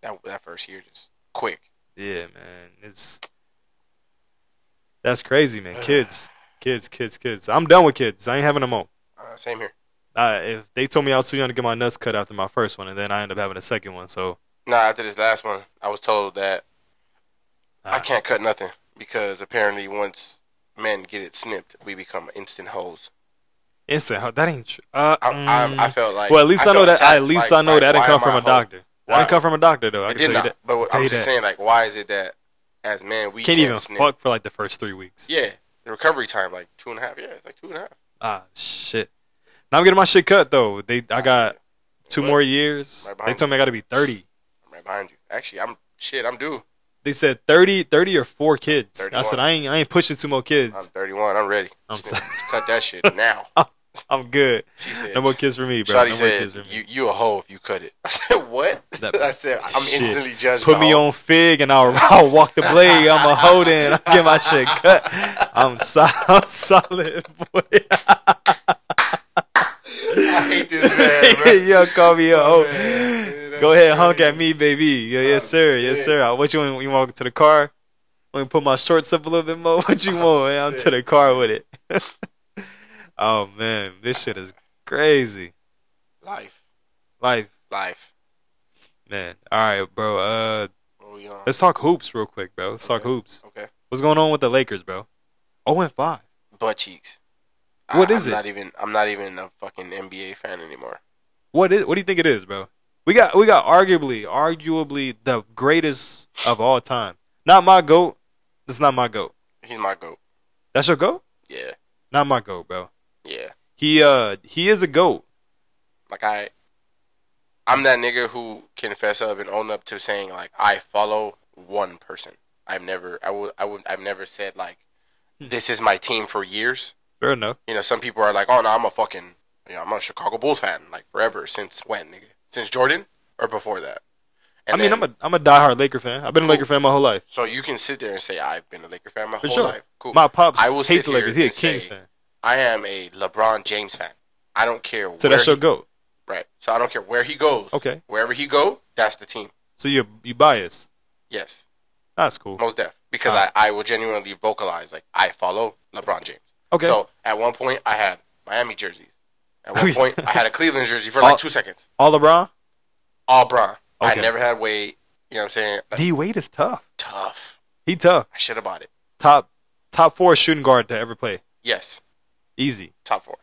[SPEAKER 3] That that first year just quick.
[SPEAKER 2] Yeah, man. It's that's crazy, man. Kids, kids, kids, kids. I'm done with kids. I ain't having them all.
[SPEAKER 3] Uh, same here.
[SPEAKER 2] I, if they told me I was too young to get my nuts cut after my first one, and then I end up having a second one, so
[SPEAKER 3] Nah, after this last one, I was told that I
[SPEAKER 2] Ah.
[SPEAKER 3] can't cut nothing because apparently once men get it snipped, we become instant hoes.
[SPEAKER 2] instant ho- that ain't true. Uh,
[SPEAKER 3] I,
[SPEAKER 2] mm.
[SPEAKER 3] I, I felt like
[SPEAKER 2] well, at least I, know
[SPEAKER 3] felt
[SPEAKER 2] that.
[SPEAKER 3] attacked,
[SPEAKER 2] at least
[SPEAKER 3] like-
[SPEAKER 2] I know
[SPEAKER 3] like,
[SPEAKER 2] that
[SPEAKER 3] why
[SPEAKER 2] didn't come
[SPEAKER 3] am I
[SPEAKER 2] from
[SPEAKER 3] a
[SPEAKER 2] a
[SPEAKER 3] hoe?
[SPEAKER 2] doctor. I
[SPEAKER 3] Why?
[SPEAKER 2] didn't come from a doctor though. I can
[SPEAKER 3] It
[SPEAKER 2] tell
[SPEAKER 3] did
[SPEAKER 2] you
[SPEAKER 3] not.
[SPEAKER 2] that.
[SPEAKER 3] But
[SPEAKER 2] tell
[SPEAKER 3] I'm
[SPEAKER 2] you
[SPEAKER 3] just
[SPEAKER 2] that.
[SPEAKER 3] saying, like, why is it that as men we
[SPEAKER 2] Can't even
[SPEAKER 3] snip?
[SPEAKER 2] fuck for like the first three weeks.
[SPEAKER 3] Yeah, the recovery time like two and a half. Yeah, it's like two and a half.
[SPEAKER 2] Ah, shit. Now I'm getting my shit cut though. They I got two
[SPEAKER 3] What?
[SPEAKER 2] more years.
[SPEAKER 3] Ah, Right behind
[SPEAKER 2] They told me I got to be 30.
[SPEAKER 3] I'm right behind you. Actually, I'm shit. I'm due.
[SPEAKER 2] They said 30, 30 or four kids. I
[SPEAKER 3] 31.
[SPEAKER 2] said I ain't I ain't pushing two more
[SPEAKER 3] I'm
[SPEAKER 2] kids.
[SPEAKER 3] 31. I'm ready.
[SPEAKER 2] I'm
[SPEAKER 3] Snip. Cut that shit now.
[SPEAKER 2] I'm good.
[SPEAKER 3] She said,
[SPEAKER 2] No more kiss for me, bro.
[SPEAKER 3] Shorty
[SPEAKER 2] no more kiss for
[SPEAKER 3] said,
[SPEAKER 2] me.
[SPEAKER 3] you, you a hoe if you cut it. I said, what?
[SPEAKER 2] That-
[SPEAKER 3] I said, I'm
[SPEAKER 2] Shit.
[SPEAKER 3] instantly judged.
[SPEAKER 2] Put
[SPEAKER 3] by
[SPEAKER 2] me
[SPEAKER 3] hoe."
[SPEAKER 2] on fig and I'll, I'll walk the blade. I'm a hold in. I'll get my shit cut. I'm, so, I'm solid, boy.
[SPEAKER 3] I hate this man, bro.
[SPEAKER 2] Yo, call me a hoe.
[SPEAKER 3] man,
[SPEAKER 2] Go
[SPEAKER 3] that's
[SPEAKER 2] ahead, honk
[SPEAKER 3] crazy.
[SPEAKER 2] at me, baby. Yeah, yes,
[SPEAKER 3] Oh,
[SPEAKER 2] sir. Yes,
[SPEAKER 3] shit.
[SPEAKER 2] sir. I- What you want? You want to the car? Let me put my shorts up a little bit more. What you
[SPEAKER 3] Oh,
[SPEAKER 2] want? man? I'm to
[SPEAKER 3] shit.
[SPEAKER 2] the car with it. oh man, this shit is crazy.
[SPEAKER 3] Life.
[SPEAKER 2] Life,
[SPEAKER 3] Life.
[SPEAKER 2] man. All right, bro. Uh,
[SPEAKER 3] What we on?
[SPEAKER 2] let's talk hoops real quick, bro. Let's talk
[SPEAKER 3] Okay.
[SPEAKER 2] hoops.
[SPEAKER 3] Oh, Okay.
[SPEAKER 2] What's going on with the Lakers, bro? Oh and five.
[SPEAKER 3] Butt cheeks.
[SPEAKER 2] What
[SPEAKER 3] I,
[SPEAKER 2] is
[SPEAKER 3] I'm
[SPEAKER 2] it?
[SPEAKER 3] Not even, I'm not even a fucking NBA fan anymore.
[SPEAKER 2] What is? What do you think it is, bro? We got we got arguably arguably the greatest of all time. Not my goat. That's not my goat.
[SPEAKER 3] He's my GOAT.
[SPEAKER 2] That's your goat.
[SPEAKER 3] Yeah.
[SPEAKER 2] Not my goat, bro.
[SPEAKER 3] Yeah.
[SPEAKER 2] He uh he is a goat.
[SPEAKER 3] Like, I. I'm that nigga who can fess up and own up to saying like I follow one person. I've never, I would, I would, I've never said like,
[SPEAKER 2] Hmm.
[SPEAKER 3] this is my team for years.
[SPEAKER 2] Fair enough.
[SPEAKER 3] You know, some people are like, "Oh no, I'm a fucking, you know, I'm a Chicago Bulls fan like forever since when, nigga? Since Jordan or before that?" And
[SPEAKER 2] I mean,
[SPEAKER 3] then-
[SPEAKER 2] I'm a I'm a diehard Laker fan. I've been a
[SPEAKER 3] Cool.
[SPEAKER 2] Laker fan my whole life.
[SPEAKER 3] so you can sit there and say I've been a Laker fan my
[SPEAKER 2] For
[SPEAKER 3] whole
[SPEAKER 2] sure.
[SPEAKER 3] life. Cool.
[SPEAKER 2] My pops
[SPEAKER 3] I will
[SPEAKER 2] hate
[SPEAKER 3] sit
[SPEAKER 2] the Lakers.
[SPEAKER 3] here
[SPEAKER 2] He a
[SPEAKER 3] and
[SPEAKER 2] Kings
[SPEAKER 3] say-
[SPEAKER 2] fan.
[SPEAKER 3] I am a LeBron James fan. I don't care.
[SPEAKER 2] So
[SPEAKER 3] where
[SPEAKER 2] that's your
[SPEAKER 3] he-
[SPEAKER 2] goat.
[SPEAKER 3] right. So I don't care where he goes.
[SPEAKER 2] Okay.
[SPEAKER 3] Wherever he go, that's the team.
[SPEAKER 2] So you you biased.
[SPEAKER 3] Yes,
[SPEAKER 2] That's cool.
[SPEAKER 3] most def. Because
[SPEAKER 2] Ah.
[SPEAKER 3] I, I will genuinely vocalize like I follow LeBron James.
[SPEAKER 2] Okay.
[SPEAKER 3] So at one point I had Miami jerseys. At one
[SPEAKER 2] Okay.
[SPEAKER 3] point I had a Cleveland jersey for
[SPEAKER 2] All-
[SPEAKER 3] like two seconds.
[SPEAKER 2] All LeBron.
[SPEAKER 3] all Bron.
[SPEAKER 2] Okay.
[SPEAKER 3] I never had Wade. You know what I'm saying? That's
[SPEAKER 2] D Wade is tough.
[SPEAKER 3] tough.
[SPEAKER 2] He tough.
[SPEAKER 3] I should have bought it.
[SPEAKER 2] Top top four shooting guard to ever play.
[SPEAKER 3] Yes,
[SPEAKER 2] Easy.
[SPEAKER 3] top four.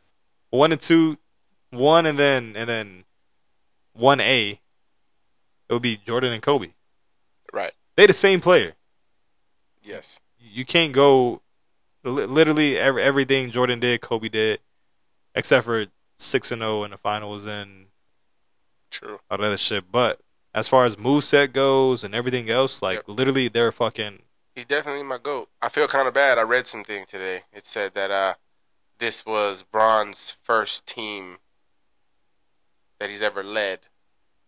[SPEAKER 2] One and two, one and then and then one A. It would be Jordan and Kobe.
[SPEAKER 3] Right.
[SPEAKER 2] They the same player.
[SPEAKER 3] Yes.
[SPEAKER 2] you can't go li- literally every, everything Jordan did, Kobe did, except for six and zero in the finals and
[SPEAKER 3] True.
[SPEAKER 2] all that other shit. But as far as move set goes and everything else, like
[SPEAKER 3] Yep.
[SPEAKER 2] literally they're fucking
[SPEAKER 3] He's definitely my goat. I feel kind of bad. I read something today. It said that uh, this was Bron's first team that he's ever led,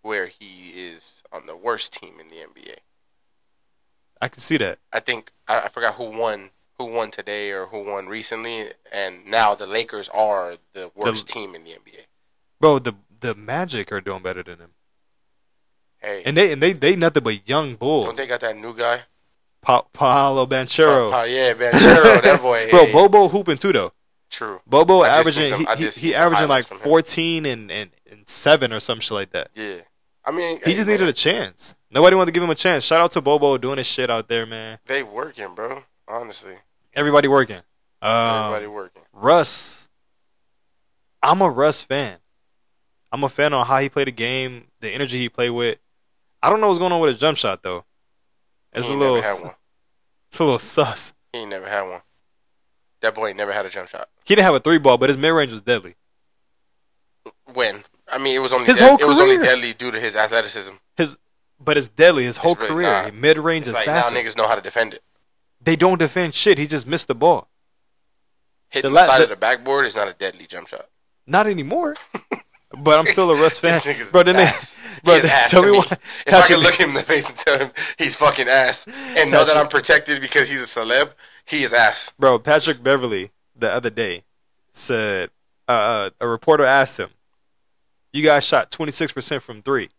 [SPEAKER 3] where he is on the worst team in the NBA.
[SPEAKER 2] I can see that.
[SPEAKER 3] I think I, I forgot who won. Who won today or who won recently? And now the Lakers are the worst team in the NBA.
[SPEAKER 2] Bro, the the Magic are doing better than him.
[SPEAKER 3] Hey,
[SPEAKER 2] And they and they they nothing but young
[SPEAKER 3] don't
[SPEAKER 2] bulls.
[SPEAKER 3] they got that new guy?
[SPEAKER 2] Pa- Paolo Banchero.
[SPEAKER 3] Pa- pa- yeah, Banchero, that boy.
[SPEAKER 2] Bro, Bobo hooping too though.
[SPEAKER 3] True.
[SPEAKER 2] Bobo
[SPEAKER 3] I just seen
[SPEAKER 2] averaging
[SPEAKER 3] some- I
[SPEAKER 2] he, he,
[SPEAKER 3] just seen
[SPEAKER 2] he
[SPEAKER 3] some
[SPEAKER 2] averaging like
[SPEAKER 3] highlights from him.
[SPEAKER 2] 14 and, and, and 7 or some shit like that.
[SPEAKER 3] Yeah. I mean,
[SPEAKER 2] He just needed a chance. Nobody wanted to give him a chance. Shout out to Bobo doing his shit out there, man.
[SPEAKER 3] They working, bro. Honestly,
[SPEAKER 2] Everybody working. Um,
[SPEAKER 3] everybody working.
[SPEAKER 2] Russ, I'm a Russ fan. I'm a fan on how he played the game, the energy he played with. I don't know what's going on with his jump shot though. It's
[SPEAKER 3] he
[SPEAKER 2] a
[SPEAKER 3] ain't
[SPEAKER 2] little,
[SPEAKER 3] Never
[SPEAKER 2] s-
[SPEAKER 3] had one.
[SPEAKER 2] it's a little sus.
[SPEAKER 3] He ain't never had one. That boy ain't never had a jump shot.
[SPEAKER 2] He didn't have a three ball, but his mid range was deadly.
[SPEAKER 3] When I mean, it was only
[SPEAKER 2] His
[SPEAKER 3] dead-
[SPEAKER 2] whole
[SPEAKER 3] It was only
[SPEAKER 2] career.
[SPEAKER 3] deadly due to his athleticism.
[SPEAKER 2] His, but it's deadly his whole
[SPEAKER 3] really
[SPEAKER 2] career.
[SPEAKER 3] not.
[SPEAKER 2] Mid range
[SPEAKER 3] It's like now
[SPEAKER 2] assassin.
[SPEAKER 3] niggas know how to defend it.
[SPEAKER 2] they don't defend shit. He just missed the ball.
[SPEAKER 3] Hitting
[SPEAKER 2] The
[SPEAKER 3] the,
[SPEAKER 2] la-
[SPEAKER 3] side
[SPEAKER 2] the-
[SPEAKER 3] of the backboard is not a deadly jump shot.
[SPEAKER 2] Not anymore. but I'm still a Russ fan,
[SPEAKER 3] This nigga's
[SPEAKER 2] bro. Then
[SPEAKER 3] ass.
[SPEAKER 2] bro,
[SPEAKER 3] He is ass
[SPEAKER 2] tell
[SPEAKER 3] to
[SPEAKER 2] me
[SPEAKER 3] me.
[SPEAKER 2] why.
[SPEAKER 3] If I
[SPEAKER 2] Tasha-
[SPEAKER 3] can look him in the face and tell him he's fucking ass, and know that
[SPEAKER 2] Tasha-
[SPEAKER 3] I'm protected because he's a celeb, he is ass.
[SPEAKER 2] Bro, Patrick Beverly the other day said uh, uh, a reporter asked him, "You guys shot 26% from three.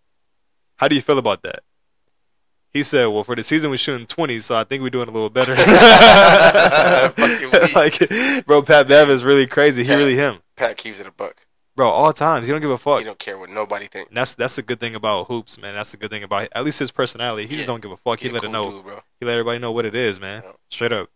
[SPEAKER 2] How do you feel about that?" He said, "Well, for the season we're shooting 20, so I think we're doing a little better."
[SPEAKER 3] Fucking weak.
[SPEAKER 2] like, bro, Pat Bev is really crazy. He
[SPEAKER 3] Yeah.
[SPEAKER 2] really him,
[SPEAKER 3] Pat keeps it a buck.
[SPEAKER 2] bro. All times, he don't give a fuck.
[SPEAKER 3] He don't care what nobody thinks.
[SPEAKER 2] And that's that's the good thing about hoops, man. That's the good thing about at least his personality. He just
[SPEAKER 3] Yeah.
[SPEAKER 2] don't give a fuck. He,
[SPEAKER 3] He a
[SPEAKER 2] let it
[SPEAKER 3] cool
[SPEAKER 2] know.
[SPEAKER 3] dude, bro.
[SPEAKER 2] He let everybody know what it is, man.
[SPEAKER 3] Yeah.
[SPEAKER 2] Straight up.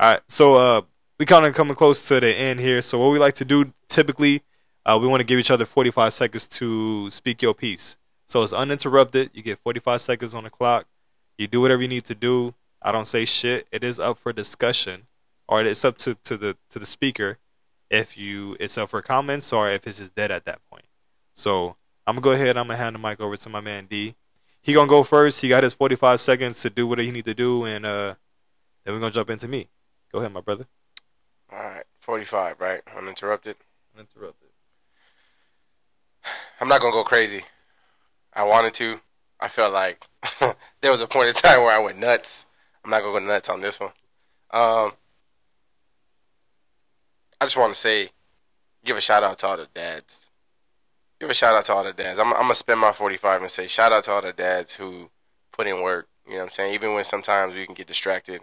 [SPEAKER 2] All right, so uh, we kind of coming close to the end here. So what we like to do typically, uh, we want to give each other 45 seconds to speak your piece. So it's uninterrupted. You get 45 seconds on the clock. You do whatever you need to do. I don't say shit. It is up for discussion, or it's up to, to the to the speaker if you it's up for comments or if it's just dead at that point. So I'm gonna go ahead. I'm gonna hand the mic over to my man D. He gonna go first. He got his 45 seconds to do what he need to do, and uh, then we're gonna jump into me. Go ahead, my brother.
[SPEAKER 3] All right, 45, right? Uninterrupted.
[SPEAKER 2] I'm interrupted.
[SPEAKER 3] I'm not gonna go crazy. I wanted to. I felt like there was a point in time where I went nuts. I'm not gonna go nuts on this one. Um, I just want to say, give a shout out to all the dads. Give a shout out to all the dads. I'm, I'm gonna spend my 45 and say shout out to all the dads who put in work. You know what I'm saying? Even when sometimes we can get distracted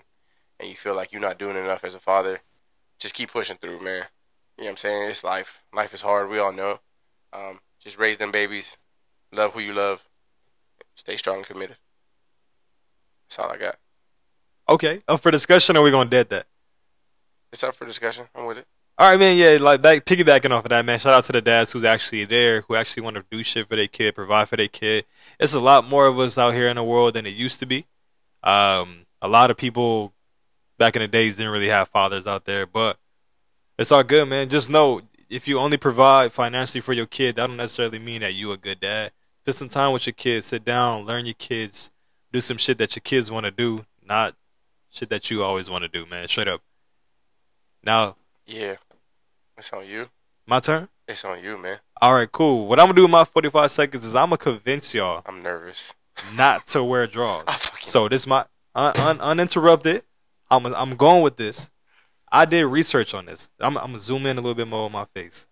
[SPEAKER 3] and you feel like you're not doing enough as a father, just keep pushing through, man. You know what I'm saying? It's life. Life is hard. We all know. Um, just raise them babies. Love who you love. Stay strong and committed. That's all I got.
[SPEAKER 2] Okay, up for discussion, or we gonna dead that?
[SPEAKER 3] It's up for discussion. I'm with it.
[SPEAKER 2] All right, man. Yeah, like back piggybacking off of that, man. Shout out to the dads who's actually there, who actually want to do shit for their kid, provide for their kid. It's a lot more of us out here in the world than it used to be. Um, a lot of people back in the days didn't really have fathers out there, but it's all good, man. Just know if you only provide financially for your kid, that don't necessarily mean that you a good dad. Spend some time with your kids, sit down, learn your kids, do some shit that your kids want to do, not shit that you always want to do, man. Straight up. Now
[SPEAKER 3] Yeah. It's on you.
[SPEAKER 2] my turn.
[SPEAKER 3] It's on you, man.
[SPEAKER 2] All right, cool. What I'm gonna do with my 45 seconds is I'm gonna convince y'all
[SPEAKER 3] I'm nervous.
[SPEAKER 2] not to wear drawers.
[SPEAKER 3] I fucking
[SPEAKER 2] So this my un, un, uninterrupted. I'm I'm going with this. I did research on this. I'm I'm gonna zoom in a little bit more on my face.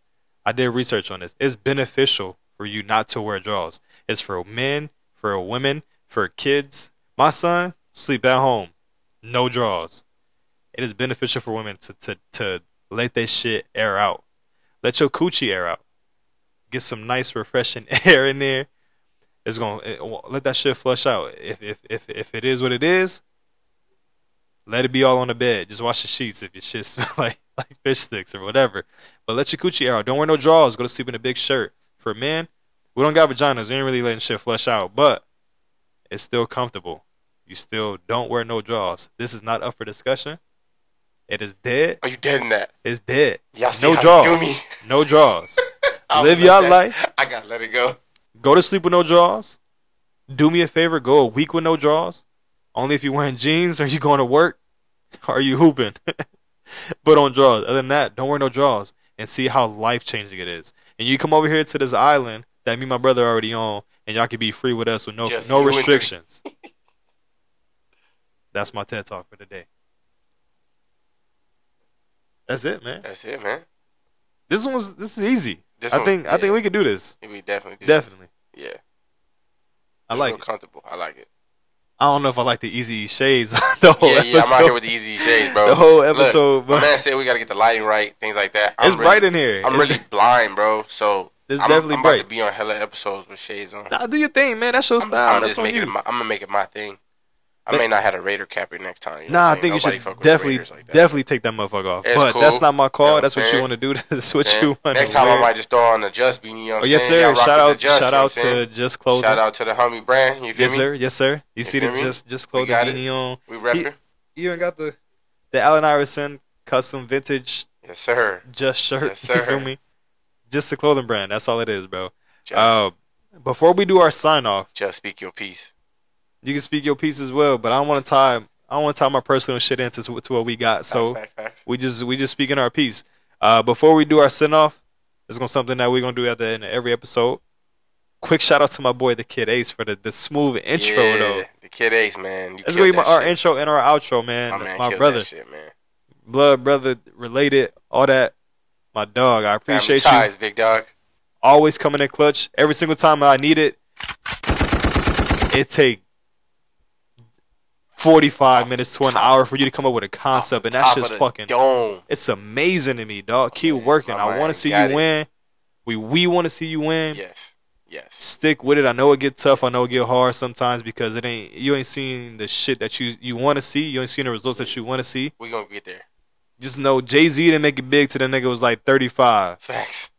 [SPEAKER 2] I did research on this. It's beneficial for you not to wear drawers. It's for men, for women, for kids. My son sleep at home, no drawers. It is beneficial for women to to to let that shit air out. Let your coochie air out. Get some nice refreshing air in there it's gonna it- well, let that shit flush out. If if if if it is what it is, let it be all on the bed. Just wash the sheets if your shit smell like like fish sticks or whatever. But let your coochie air out. Don't wear no drawers. Go to sleep in a big shirt. For men, we don't got vaginas. We ain't really letting shit flush out, but it's still comfortable. You still don't wear no drawers. This is not up for discussion. It is dead.
[SPEAKER 3] Are you dead in that?
[SPEAKER 2] It's dead.
[SPEAKER 3] Y'all see
[SPEAKER 2] No
[SPEAKER 3] how
[SPEAKER 2] drawers.
[SPEAKER 3] you do me?
[SPEAKER 2] No drawers.
[SPEAKER 3] I'm
[SPEAKER 2] Live
[SPEAKER 3] like,
[SPEAKER 2] your
[SPEAKER 3] that's-
[SPEAKER 2] life.
[SPEAKER 3] I gotta let it go.
[SPEAKER 2] go to sleep with no drawers. Do me a favor, go a week with no drawers. Only if you're wearing jeans or you going to work or you hooping. Put on drawers. Other than that, don't wear no drawers and see how life changing it is. And you come over here to this island that me and my brother already on, and y'all can be free with us with no
[SPEAKER 3] Just you
[SPEAKER 2] no
[SPEAKER 3] and me.
[SPEAKER 2] restrictions. That's my TED talk for today. That's it, man.
[SPEAKER 3] That's it, man.
[SPEAKER 2] This one was this is easy.
[SPEAKER 3] This
[SPEAKER 2] I
[SPEAKER 3] one-
[SPEAKER 2] think I
[SPEAKER 3] yeah.
[SPEAKER 2] think we could do this.
[SPEAKER 3] We definitely do.
[SPEAKER 2] Definitely.
[SPEAKER 3] Yeah. It's
[SPEAKER 2] I like
[SPEAKER 3] real
[SPEAKER 2] it.
[SPEAKER 3] comfortable. I like it.
[SPEAKER 2] I don't know if I like the easy shades. the whole
[SPEAKER 3] yeah, yeah. I'm out
[SPEAKER 2] episode.
[SPEAKER 3] here with the easy shades, bro.
[SPEAKER 2] The whole
[SPEAKER 3] Look,
[SPEAKER 2] episode,
[SPEAKER 3] my
[SPEAKER 2] but-
[SPEAKER 3] man said we gotta get the lighting right, things like that. I'm
[SPEAKER 2] it's
[SPEAKER 3] really,
[SPEAKER 2] bright in here.
[SPEAKER 3] I'm
[SPEAKER 2] It's-
[SPEAKER 3] really blind, bro. So
[SPEAKER 2] It's
[SPEAKER 3] I'm,
[SPEAKER 2] definitely
[SPEAKER 3] I'm about to
[SPEAKER 2] bright.
[SPEAKER 3] be on hella episodes with shades on.
[SPEAKER 2] Nah, do your thing, man. That's your style.
[SPEAKER 3] I'm
[SPEAKER 2] That's
[SPEAKER 3] just
[SPEAKER 2] on
[SPEAKER 3] making it
[SPEAKER 2] you.
[SPEAKER 3] my, I'm gonna make it my thing. I
[SPEAKER 2] But-
[SPEAKER 3] may not have a Raider capper next time. You
[SPEAKER 2] Nah,
[SPEAKER 3] know
[SPEAKER 2] I
[SPEAKER 3] what I'm
[SPEAKER 2] think you
[SPEAKER 3] saying? Nobody
[SPEAKER 2] should
[SPEAKER 3] fuck with
[SPEAKER 2] definitely,
[SPEAKER 3] Raiders like that.
[SPEAKER 2] definitely take that motherfucker off.
[SPEAKER 3] It's
[SPEAKER 2] but
[SPEAKER 3] cool.
[SPEAKER 2] that's not my call.
[SPEAKER 3] Yeah,
[SPEAKER 2] that's what you
[SPEAKER 3] man.
[SPEAKER 2] want to do. That's what
[SPEAKER 3] Man,
[SPEAKER 2] you want.
[SPEAKER 3] Next time I might just throw on a Just Be, you know what
[SPEAKER 2] Oh
[SPEAKER 3] I'm
[SPEAKER 2] yes,
[SPEAKER 3] saying? Y'all
[SPEAKER 2] sir.
[SPEAKER 3] rock
[SPEAKER 2] Shout out,
[SPEAKER 3] with the Just,
[SPEAKER 2] shout
[SPEAKER 3] you know
[SPEAKER 2] out
[SPEAKER 3] what I'm saying?
[SPEAKER 2] to Just Clothing.
[SPEAKER 3] Shout out to the homie brand. You feel
[SPEAKER 2] yes,
[SPEAKER 3] me?
[SPEAKER 2] sir. Yes, sir. You see the
[SPEAKER 3] feel me?
[SPEAKER 2] just just
[SPEAKER 3] We
[SPEAKER 2] clothing
[SPEAKER 3] got it.
[SPEAKER 2] beanie on.
[SPEAKER 3] We repping?
[SPEAKER 2] You ain't got the the Allen Iverson custom vintage
[SPEAKER 3] Yes, sir.
[SPEAKER 2] just shirt.
[SPEAKER 3] Yes,
[SPEAKER 2] You
[SPEAKER 3] sir.
[SPEAKER 2] feel me? Just a clothing brand. That's all it is, bro.
[SPEAKER 3] Just,
[SPEAKER 2] Uh, before we do our sign off,
[SPEAKER 3] just speak your peace.
[SPEAKER 2] you can speak your piece as well, but I don't want to tie I don't want to tie my personal shit into s- to what we got. So
[SPEAKER 3] Facts, facts, facts.
[SPEAKER 2] we just we just speaking our piece. Uh, before we do our send off, it's gonna something that we're gonna do at the end of every episode. Quick shout out to my boy the Kid Ace for the, the smooth intro
[SPEAKER 3] yeah,
[SPEAKER 2] though.
[SPEAKER 3] The Kid Ace, man. You
[SPEAKER 2] That's gonna
[SPEAKER 3] killed
[SPEAKER 2] be my,
[SPEAKER 3] that
[SPEAKER 2] our
[SPEAKER 3] shit.
[SPEAKER 2] intro and our outro, man.
[SPEAKER 3] My
[SPEAKER 2] My,
[SPEAKER 3] man killed
[SPEAKER 2] brother,
[SPEAKER 3] that shit, man.
[SPEAKER 2] blood brother related, all that. My dog, I
[SPEAKER 3] Family
[SPEAKER 2] appreciate you
[SPEAKER 3] ties, big dog.
[SPEAKER 2] always coming in clutch every single time I need it. It take forty five minutes to an hour for you to come up with a concept, and that's
[SPEAKER 3] Top of
[SPEAKER 2] just
[SPEAKER 3] the
[SPEAKER 2] fucking
[SPEAKER 3] dome.
[SPEAKER 2] it's amazing to me, dog. Keep
[SPEAKER 3] man,
[SPEAKER 2] working.
[SPEAKER 3] my
[SPEAKER 2] I want
[SPEAKER 3] man
[SPEAKER 2] to see you
[SPEAKER 3] got it.
[SPEAKER 2] win. We we want to see you win.
[SPEAKER 3] Yes, yes.
[SPEAKER 2] Stick with it. I know it get tough. I know it get hard sometimes because it ain't you ain't seeing the shit that you you want to see. You ain't seeing the results that you want to see.
[SPEAKER 3] We gonna get there.
[SPEAKER 2] Just know Jay Z didn't make it big to the nigga was like thirty five.
[SPEAKER 3] Facts.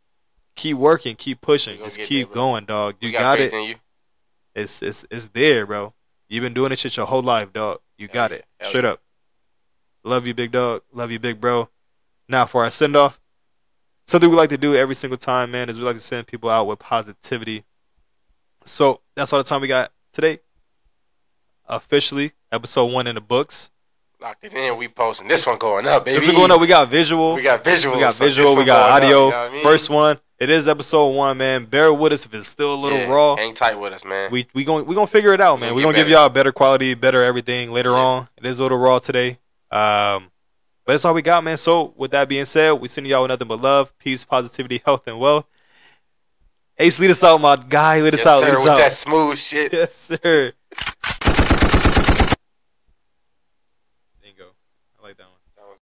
[SPEAKER 2] Keep working. Keep
[SPEAKER 3] We
[SPEAKER 2] pushing.
[SPEAKER 3] gonna
[SPEAKER 2] Just
[SPEAKER 3] get
[SPEAKER 2] keep
[SPEAKER 3] there, bro.
[SPEAKER 2] going, dog.
[SPEAKER 3] We
[SPEAKER 2] You got
[SPEAKER 3] faith
[SPEAKER 2] it.
[SPEAKER 3] In you.
[SPEAKER 2] It's it's it's there, bro. You've been doing this shit your whole life, dog. You
[SPEAKER 3] Hell
[SPEAKER 2] got
[SPEAKER 3] yeah.
[SPEAKER 2] it.
[SPEAKER 3] Hell
[SPEAKER 2] Straight up. Love you, big dog. Love you, big bro. Now for our send off. Something we like to do every single time, man, is we like to send people out with positivity. So that's all the time we got today. Officially, episode one in the books.
[SPEAKER 3] Locked it in. We posting this one going up, baby.
[SPEAKER 2] This is going up. We got visual.
[SPEAKER 3] We got visual.
[SPEAKER 2] We got visual. we got audio. First one. It is episode one, man. Bear with us if it's still a little raw.
[SPEAKER 3] Hang tight with us, man.
[SPEAKER 2] We we going we gonna figure it out, man.
[SPEAKER 3] We'll
[SPEAKER 2] We're
[SPEAKER 3] get
[SPEAKER 2] gonna give
[SPEAKER 3] better.
[SPEAKER 2] y'all better quality, better everything later on. It is a little raw today. Um, but that's all we got, man. So with that being said, we send y'all with nothing but love, peace, positivity, health, and wealth. Ace, lead us out, my guy. Lead us
[SPEAKER 3] yes,
[SPEAKER 2] out.
[SPEAKER 3] sir,
[SPEAKER 2] lead us
[SPEAKER 3] with
[SPEAKER 2] out.
[SPEAKER 3] that smooth shit.
[SPEAKER 2] Yes, sir.